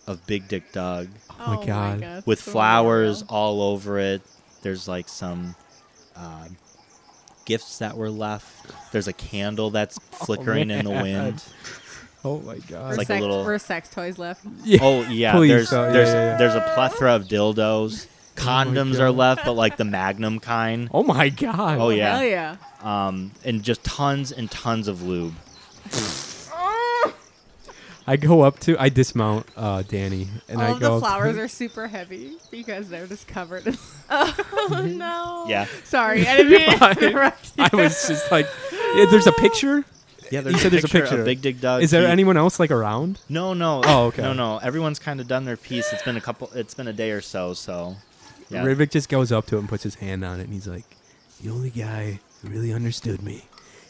S8: of Big Dick Doug
S4: Oh, my god.
S8: with flowers all over it. There's like some um, gifts that were left. There's a candle that's flickering in
S4: [LAUGHS]
S8: the wind.
S4: Oh my god.
S8: It's like a little-
S6: Or sex toys left.
S8: Oh yeah,
S4: Please
S8: there's
S4: don't.
S8: there's
S4: Yeah, yeah, yeah.
S8: there's a plethora of dildos. Condoms are
S4: God.
S8: left, but like the Magnum kind.
S4: oh my god.
S8: Oh yeah.
S6: Hell yeah.
S8: Um, and just tons and tons of lube.
S4: I go up to I dismount uh, Danny and
S6: All
S4: I
S6: of
S4: go
S6: the
S4: up to- [LAUGHS]
S6: flowers are super heavy because they're just covered.
S8: [LAUGHS]
S6: in- [LAUGHS]
S5: Oh no.
S8: Yeah.
S6: Sorry,
S4: [LAUGHS]
S6: I didn't mean to interrupt you.
S4: I
S6: [LAUGHS]
S4: was just like yeah, there's a picture?
S8: Yeah.
S4: You said there's a picture.
S8: Of Big Dig Doug.
S4: Is there
S8: He-
S4: anyone else like around?
S8: No, no.
S4: Oh, okay.
S8: No, no. Everyone's kind of done their piece. It's been a couple. It's been a day or so. So. Yeah.
S4: Rivik just goes up to it and puts his hand on it, and he's like, "The only guy who really understood me."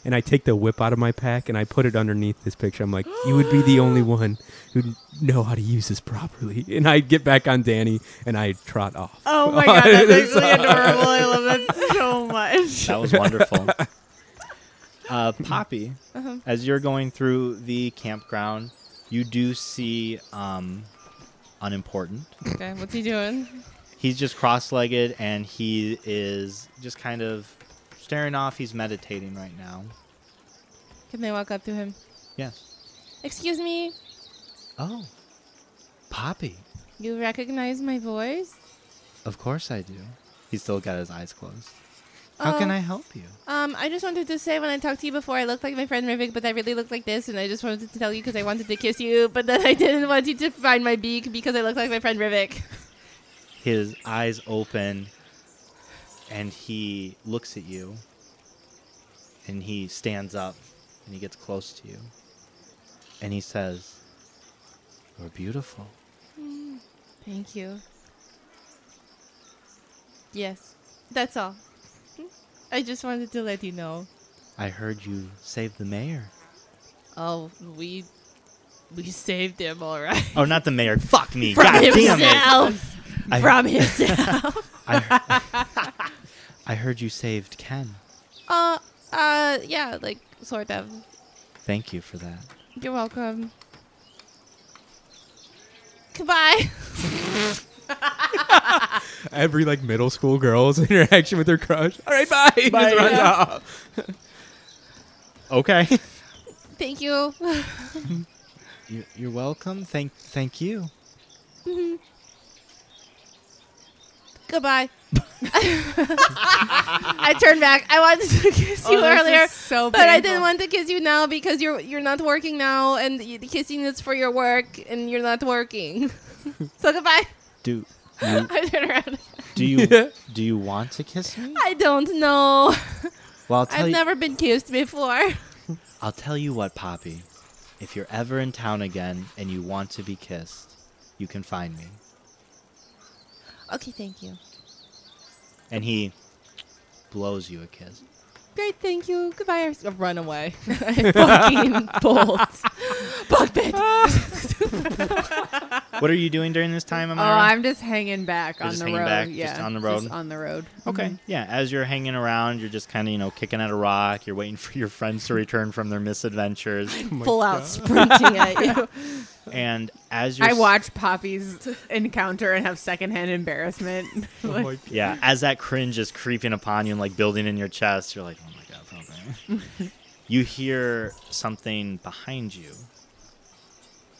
S4: And I take the whip out of my pack and I put it underneath this picture. I'm like, "You would be the only [GASPS] one who know how to use this properly." [LAUGHS] And I get back on Danny and I trot off.
S6: Oh my god, that's actually adorable. I love that so much.
S8: That was [LAUGHS] wonderful. uh, Poppy, as you're going through the campground, you do see um, unimportant.
S5: Okay, what's he doing?
S8: He's just cross-legged and he is just kind of staring off. He's meditating right now.
S5: Can they walk up to him?
S8: Yes.
S5: Excuse me,
S8: Oh, Poppy.
S5: you recognize my voice?
S8: Of course I do. He's still got his eyes closed. How can
S5: Oh.
S8: I help you?
S5: Um, I just wanted to say when I talked to you before, I looked like my friend Rivik, but I really looked like this, and I just wanted to tell you because I wanted to kiss you, but then I [LAUGHS] didn't want you to find my beak because I looked like my friend Rivik.
S8: his eyes open and he looks at you and he stands up and he gets close to you and he says you're beautiful
S5: Thank you. Yes, that's all. I just wanted to let you know.
S8: i heard you saved the mayor
S5: Oh, we we saved him, all right.
S8: oh not the mayor fuck me [LAUGHS] god damn it I-
S5: From
S8: [LAUGHS]
S5: himself.
S8: I, [LAUGHS] I heard you saved ken
S5: uh, uh, yeah, like sort of.
S8: thank you for that
S5: You're welcome. Goodbye.
S4: Every like middle school girl's [LAUGHS] interaction with their crush. All right, bye. Just [LAUGHS] runs off.
S8: okay
S5: Thank you. [LAUGHS]
S8: you're, you're welcome thank thank you
S5: Goodbye. [LAUGHS] I turned back. I wanted to [LAUGHS] kiss
S4: Oh,
S5: you earlier,
S6: Oh, so
S5: but I didn't want to kiss you now because you're you're not working now, and y- the kissing is for your work, and you're not working. [LAUGHS] so goodbye. [LAUGHS]
S8: do you,
S5: I turn around. [LAUGHS]
S8: do you do you want to kiss me
S5: I don't know.
S8: well I'll tell
S5: I've
S8: you-
S5: never been kissed before.
S8: I'll tell you what, Poppy. If you're ever in town again and you want to be kissed, you can find me.
S5: Okay, thank you.
S8: And he blows you
S6: [LAUGHS]
S8: a kiss.
S5: Great, thank you. Goodbye. I run away. I [LAUGHS] fucking bolt. Bug bit. [LAUGHS]
S8: What are you doing during this time,
S6: Oh,
S8: Amara?
S6: I'm just hanging back on
S8: just
S6: the
S8: hanging
S6: road.
S8: back, just
S6: yeah,
S8: on the road.
S6: Just on the road. [LAUGHS]
S8: okay.
S6: Mhm.
S8: Yeah, as you're hanging around, you're just kind of, you know, kicking at a rock. You're waiting for your friends to return from
S6: [LAUGHS]
S8: their misadventures.
S5: Full out sprinting at you.
S8: and as you're
S6: I
S8: s-
S6: watch Poppy's encounter and have secondhand embarrassment. [LAUGHS] Like,
S8: Yeah, as that cringe is creeping upon you and like building in your chest, you're like, "Oh my god, something."
S6: [LAUGHS]
S8: you hear something behind you.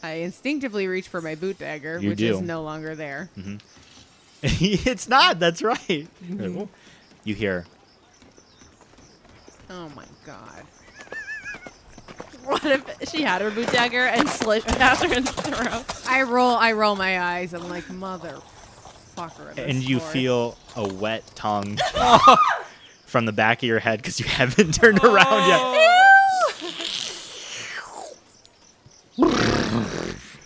S6: I instinctively reach for my boot dagger,
S8: You
S6: which
S8: do. Mm-hmm.
S6: is no longer there.
S8: [LAUGHS] it's not. That's right. You hear
S6: Oh my god. [LAUGHS]
S5: What if she had her boot dagger and
S6: [LAUGHS]
S5: slit Catherine's throat?
S6: I roll I roll my eyes. I'm like, motherfucker.
S8: and you feel a wet
S4: [LAUGHS]
S8: tongue [LAUGHS] from the back of your head because you haven't [LAUGHS] turned
S4: Oh.
S8: around yet.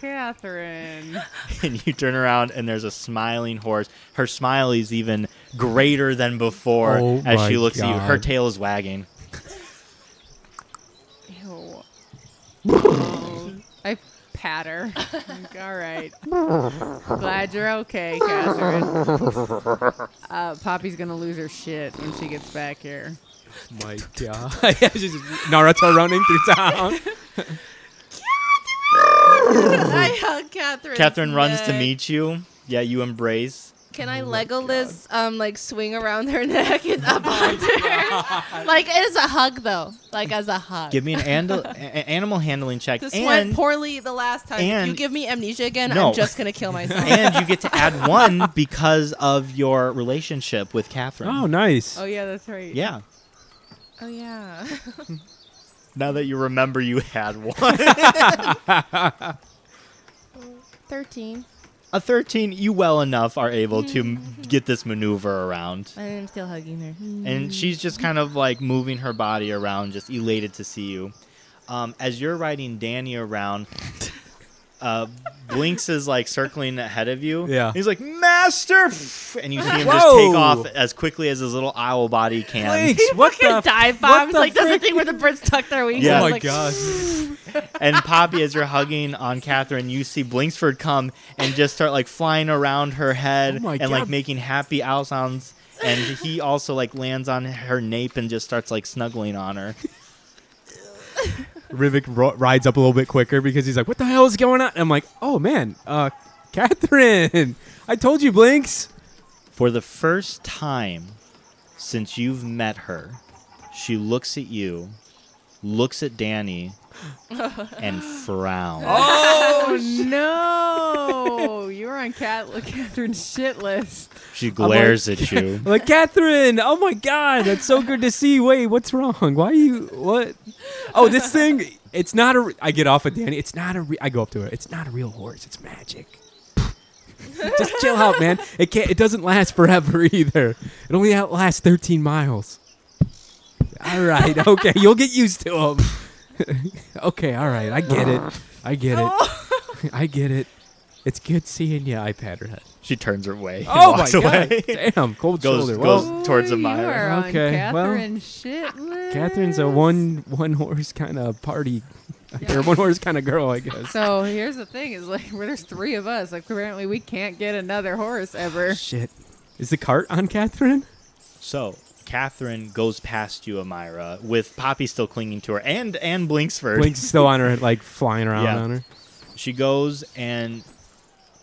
S6: Catherine.
S8: And you turn around, and there's a smiling horse. Her smile is even greater than before
S4: Oh
S8: as she
S4: my
S8: looks at you. Her
S4: God.
S8: tail is wagging.
S6: Ew. Oh, I pat her. Like, All right. Glad you're okay, Catherine. Uh, Poppy's gonna lose her shit when she gets back here.
S4: Oh
S5: [LAUGHS]
S4: my god. [LAUGHS] Yeah, she's just Naruto running through town.
S5: I hug Catherine.
S8: Catherine runs to meet you. Yeah, you embrace.
S5: Can I Legolas um like swing around her [LAUGHS] neck and up
S8: Oh
S5: onto her? [LAUGHS] Like as a hug though, like as a hug.
S8: Give me an andal- a- a- animal handling check,
S5: this went
S8: and
S5: poorly the last time. If you
S8: and-
S5: give me amnesia again,
S8: No.
S5: I'm just gonna kill myself.
S8: [LAUGHS] and you get to add one because of your relationship with Catherine.
S4: Oh, nice.
S6: Oh yeah, that's right.
S8: yeah.
S5: oh yeah. [LAUGHS]
S8: Now that you remember, you had [LAUGHS] one.
S5: Thirteen.
S8: a thirteen, you well enough are able to m- get this maneuver around,
S5: I'm still hugging her.
S8: and she's just kind of like moving her body around, just elated to see you. Um, as you're riding Danny around, uh, Blinks is like circling ahead of you.
S4: Yeah.
S8: he's like master, and you see him just take
S4: Whoa.
S8: off as quickly as his little owl body can.
S4: Thanks. What the? f-
S5: dive
S4: what
S5: bombs
S4: the
S5: like does the
S4: frick?
S5: thing where the birds tuck their wings.
S8: Yeah.
S4: Oh my
S5: like,
S4: gosh.
S5: [LAUGHS]
S8: and Poppy, as you're hugging on Catherine, you see Blinksford come and just start like flying around her head
S4: Oh my
S8: and
S4: God.
S8: like making happy owl sounds. And he also like lands on her nape and just starts like snuggling on her.
S4: Rivik ro- rides up a little bit quicker because he's like, "What the hell is going on?" And I'm like, "Oh man, uh, Catherine, [LAUGHS] I told you, Blinks."
S8: For the first time since you've met her, she looks at you, looks at Danny, and frowns.
S6: Oh no! you were on Cat [LAUGHS] Catherine's shit list.
S8: She glares at you.
S4: I'm like, "Catherine, oh my god, that's so good to see you. Wait, what's wrong? Why are you what? Oh, this thing, it's not a. Re- I get off of Danny. It's not a. Re- I go up to her. It's not a real horse. It's magic." [LAUGHS] Just chill out, man. It can't. It doesn't last forever [LAUGHS] either. It only outlasts 13 miles. All right. [LAUGHS] Okay. You'll get used to them. [LAUGHS] okay. All right. I get it. I get it. [LAUGHS] I get it. It's good seeing you. I pat her head.
S8: She turns her way. and
S4: Oh my
S8: walks away.
S4: god! [LAUGHS] Damn, cold
S8: Goes-
S4: shoulder.
S8: goes-
S4: well,
S8: towards
S6: Ooh,
S8: Amira.
S6: You are on
S4: Oh, Okay, well-
S6: Catherine's shit list.
S4: Catherine's a one one horse kind of party, or one horse kind of girl, I guess.
S6: So here's the thing: is like [LAUGHS] where there's three of us. Like apparently we can't get another horse ever.
S4: Shit, is the cart on Catherine?
S8: So Catherine goes past you, Amira, with Poppy still clinging to her, and and Blinksford.
S4: Blink's still on her, like flying around
S8: Yeah.
S4: on her.
S8: She goes and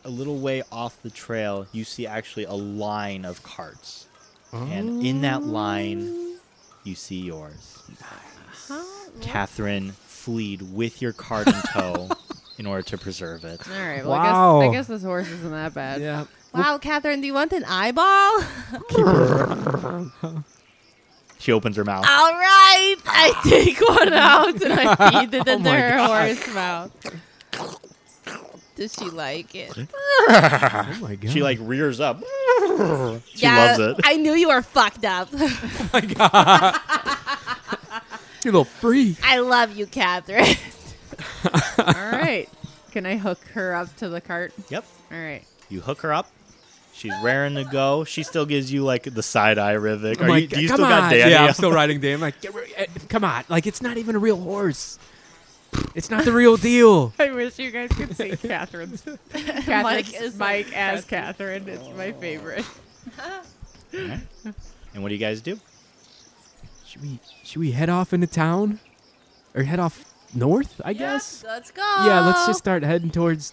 S8: a little way off the trail, you see actually a line of carts, and in that line, you see yours. Catherine fleed with your cart in tow in order to preserve it.
S6: All right. Well, I guess
S4: Wow.
S6: I guess this horse isn't that bad.
S4: Yeah.
S5: Wow, Catherine, do you want an eyeball? [LAUGHS]
S8: She opens her mouth.
S5: All right,
S8: [LAUGHS]
S5: I take one out and I feed
S8: Oh
S5: it into
S4: my
S5: her horse mouth. Does she like it?
S4: Oh my god.
S8: She like rears up. She
S5: yeah,
S8: loves it.
S5: I knew you were fucked up. [LAUGHS]
S4: you little freak.
S5: I love
S4: [LAUGHS]
S5: you, Catherine.
S6: All right. Can I hook her up to the cart?
S8: Yep.
S6: All right.
S8: You hook her up. She's raring to go. She still gives you like the side eye, Rivik.
S4: I'm
S8: Are you,
S4: like,
S8: do you
S4: Oh come
S8: still got
S4: on.
S8: Danny?
S4: Yeah, I'm
S8: up?
S4: still riding Danny. I'm like, "Get rid- eh, come on, like it's not even a real horse. It's not the real deal.
S6: [LAUGHS] I wish you guys could see Catherine's. Catherine's [LAUGHS] Mike, as Catherine. It's my favorite.
S8: Alright. And what do you guys do?
S4: Should we should we head off into town, or head off north? I guess.
S5: Let's go.
S4: Yeah, let's just start heading towards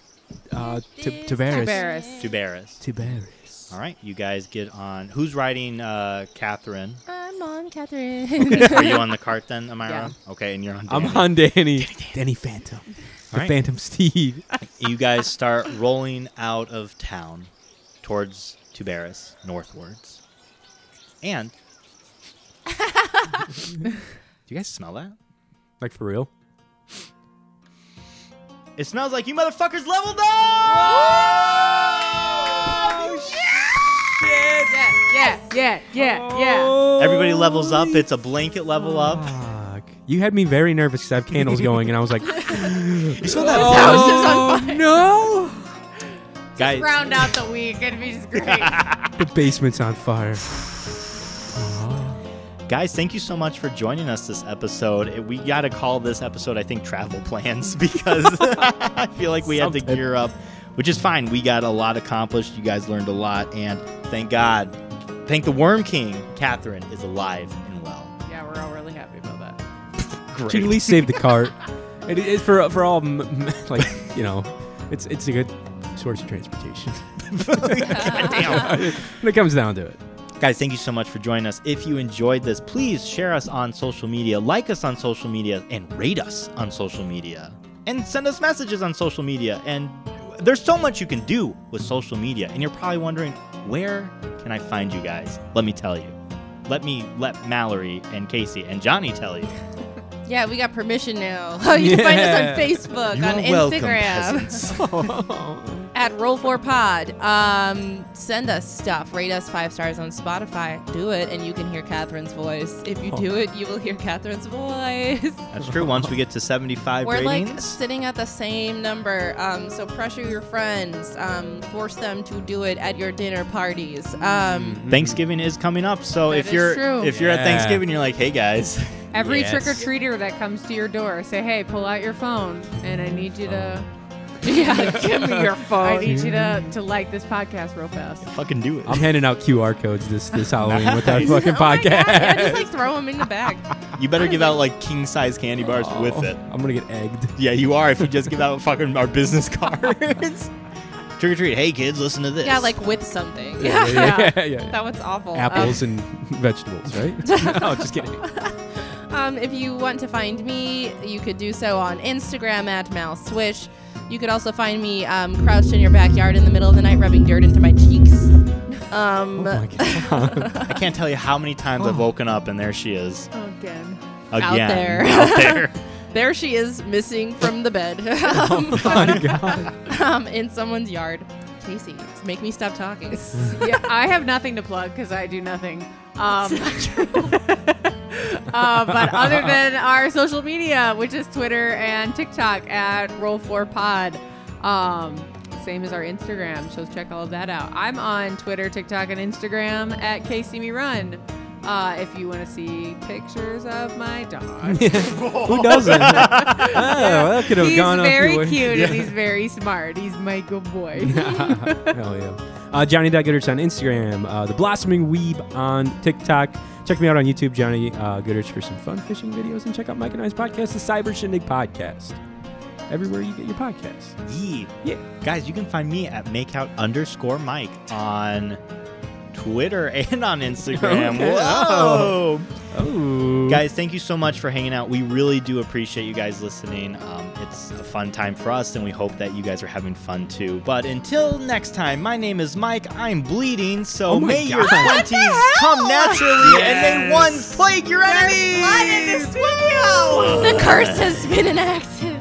S4: uh, to
S5: This
S4: Tavares.
S8: To Barris.
S4: Tavares.
S8: All right, you guys get on. Who's riding uh,
S4: [LAUGHS]
S8: Catherine?
S5: I'm on Catherine. [LAUGHS]
S8: Are you on the cart then, Amira?
S6: Yeah.
S8: Okay, and you're on.
S4: I'm
S8: Danny.
S4: on Danny. Danny Phantom. The
S8: right.
S4: Phantom Steve.
S8: You guys start rolling out of town towards Tuberis, northwards.
S6: [LAUGHS]
S8: And do you guys smell that?
S4: [LAUGHS] Like for real?
S8: It smells like you motherfuckers leveled up!
S6: Yeah, yeah, yeah,
S4: Oh.
S6: yeah.
S8: Everybody levels up. It's a blanket level up.
S4: Fuck. You had me very nervous because I have candles going, and I was like,
S8: [LAUGHS] You smell
S4: [GASPS]
S8: that?
S4: "Oh no,
S8: Guys,
S6: Round out the week. It'd be just [LAUGHS] great.
S4: the basement's on fire."
S8: Guys, thank you so much for joining us this episode. It- We got to call this episode, I think, Travel Plans [LAUGHS] because I feel like we had to
S4: Something.
S8: gear up, which is fine. We got a lot accomplished. You guys learned a lot. And thank God, thank the Worm King, Catherine is alive and well.
S6: yeah, we're all really happy about that.
S4: She at
S8: Great.
S4: least saved the cart. It
S8: [LAUGHS]
S4: is for for all m- m- like you know, it's it's a good source of transportation.
S8: Goddamn.
S4: [LAUGHS] When it comes down to it.
S8: Guys, thank you so much for joining us. If you enjoyed this, please share us on social media, like us on social media, and rate us on social media. And send us messages on social media. And there's so much you can do with social media. And you're probably wondering, where can I find you guys? Let me tell you. Let me let Mallory and Casey and Johnny tell you.
S5: Yeah, we got permission now. [LAUGHS] you can find
S4: Yeah.
S5: us on Facebook,
S8: You
S5: on
S8: are welcome,
S5: Instagram,
S8: peasants.
S5: [LAUGHS]
S4: [LAUGHS]
S5: at Roll4Pod. Um, send us stuff. Rate us five stars on Spotify. Do it, and you can hear Catherine's voice. If you
S4: Oh
S5: do it, you will hear Catherine's voice.
S8: That's true. Once we get to 75
S5: We're
S8: ratings,
S5: like sitting at the same number. Um, so pressure your friends. Um, force them to do it at your dinner parties. Um,
S8: Thanksgiving is coming up, so
S6: That
S8: if
S6: is
S8: you're
S6: true.
S8: if you're at
S4: Yeah.
S8: Thanksgiving, you're like, hey guys, [LAUGHS]
S6: Every
S4: Yes.
S6: trick or treater that comes to your door, say, "Hey, pull out your phone, and I need you [LAUGHS] to,
S5: yeah, give
S6: [LAUGHS]
S5: me your
S6: I
S5: phone.
S6: need you to, to like this podcast real fast."
S8: fucking do it.
S4: I'm handing out QR codes this, this Halloween with that
S8: [LAUGHS] Nice.
S4: fucking
S5: [LAUGHS] Oh my
S4: Mm.
S5: God,
S4: podcast.
S5: yeah, just like throw them in
S4: [LAUGHS]
S5: the bag.
S8: You better give out like king size candy bars with it.
S4: Oh, I'm going to get egged. [LAUGHS]
S8: Yeah, you are if you just give out fucking our
S5: [LAUGHS]
S8: business cards. Trick or treat. Hey kids, listen to this.
S5: Yeah, like with something.
S4: Yeah, yeah, yeah, yeah.
S5: [LAUGHS] That was awful. Um,
S4: Apples and vegetables, right? no, [LAUGHS] just kidding.
S5: Um, if you want to find me, you could do so on Instagram at malswish. You could also find me um, crouched in your backyard in the middle of the night, rubbing dirt into my cheeks. [LAUGHS] Um,
S4: Oh my God.
S8: I can't tell you how many
S5: [LAUGHS]
S8: times I've woken up and there she is
S6: Again.
S8: again.
S5: there.
S8: [LAUGHS] Out
S5: [LAUGHS]
S8: there.
S5: there she is, missing from
S4: [LAUGHS]
S5: the bed, [LAUGHS]
S4: Oh
S5: um,
S4: my God.
S5: um, in someone's yard. Casey, make me stop talking.
S6: yeah, I have nothing to plug because I do nothing. Um, [LAUGHS] uh, but other than our social media, which is Twitter and TikTok at Roll4Pod, um, same as our Instagram. So check all of that out. I'm on Twitter, TikTok, and Instagram at KCMeRun. E Uh, if you want to see pictures of my
S4: [LAUGHS]
S6: dog,
S4: Who doesn't? oh, that could have
S6: he's
S4: gone off your
S6: very
S4: way.
S6: cute and
S4: [LAUGHS]
S6: he's very smart. He's my good boy.
S4: Hell yeah. Uh, Johnny Goodrich on Instagram, uh, the Blossoming Weeb on TikTok. Check me out on YouTube, Johnny uh, Goodrich, for some fun fishing videos, and check out Mike and I's podcast, the Cyber Shindig Podcast. Everywhere you get your podcasts.
S8: Yee.
S4: Yeah.
S8: Guys, you can find me at makeout underscore Mike on Twitter [LAUGHS] and on Instagram.
S4: Okay.
S8: Whoa.
S4: Oh,
S8: Guys, thank you so much for hanging out. We really do appreciate you guys listening. Um, it's a fun time for us, and we hope that you guys are having fun too. But until next time, my name is Mike. I'm bleeding, so
S4: Oh my
S8: may your
S4: God. What
S8: 20s come naturally and
S4: Yes.
S8: may ones plague your enemies.
S5: the curse has been enacted.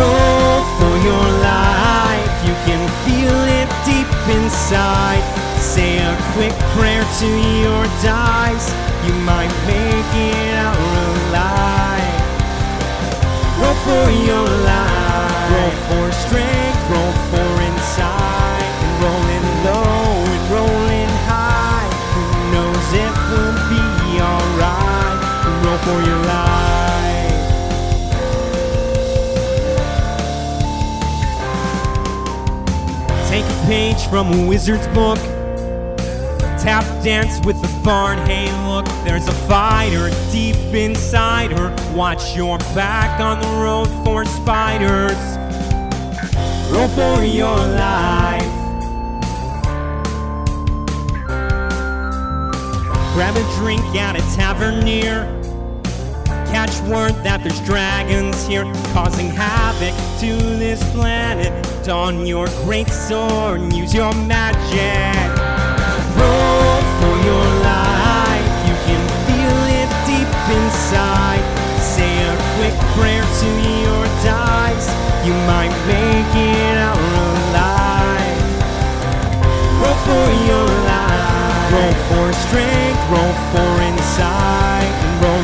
S10: roll for your life. You can feel it deep inside. Say a quick prayer to your dice. You might make it out alive. Roll for your life. Roll for strength. Roll for insight. And rolling low and rolling high. Who knows if we'll be alright? Roll for your life. Take a page from a wizard's book. Tap dance with the bard. Hey, look, there's a fighter deep inside her. Watch your back on the road for spiders. Roll for your life. Grab a drink at a tavern near. Catch word that there's dragons here causing havoc to this planet. Don your great sword and use your magic. Roll for your life, you can feel it deep inside. Say a quick prayer to your dice, you might make it out alive. Roll for your life. Roll for strength. Roll for insight. And roll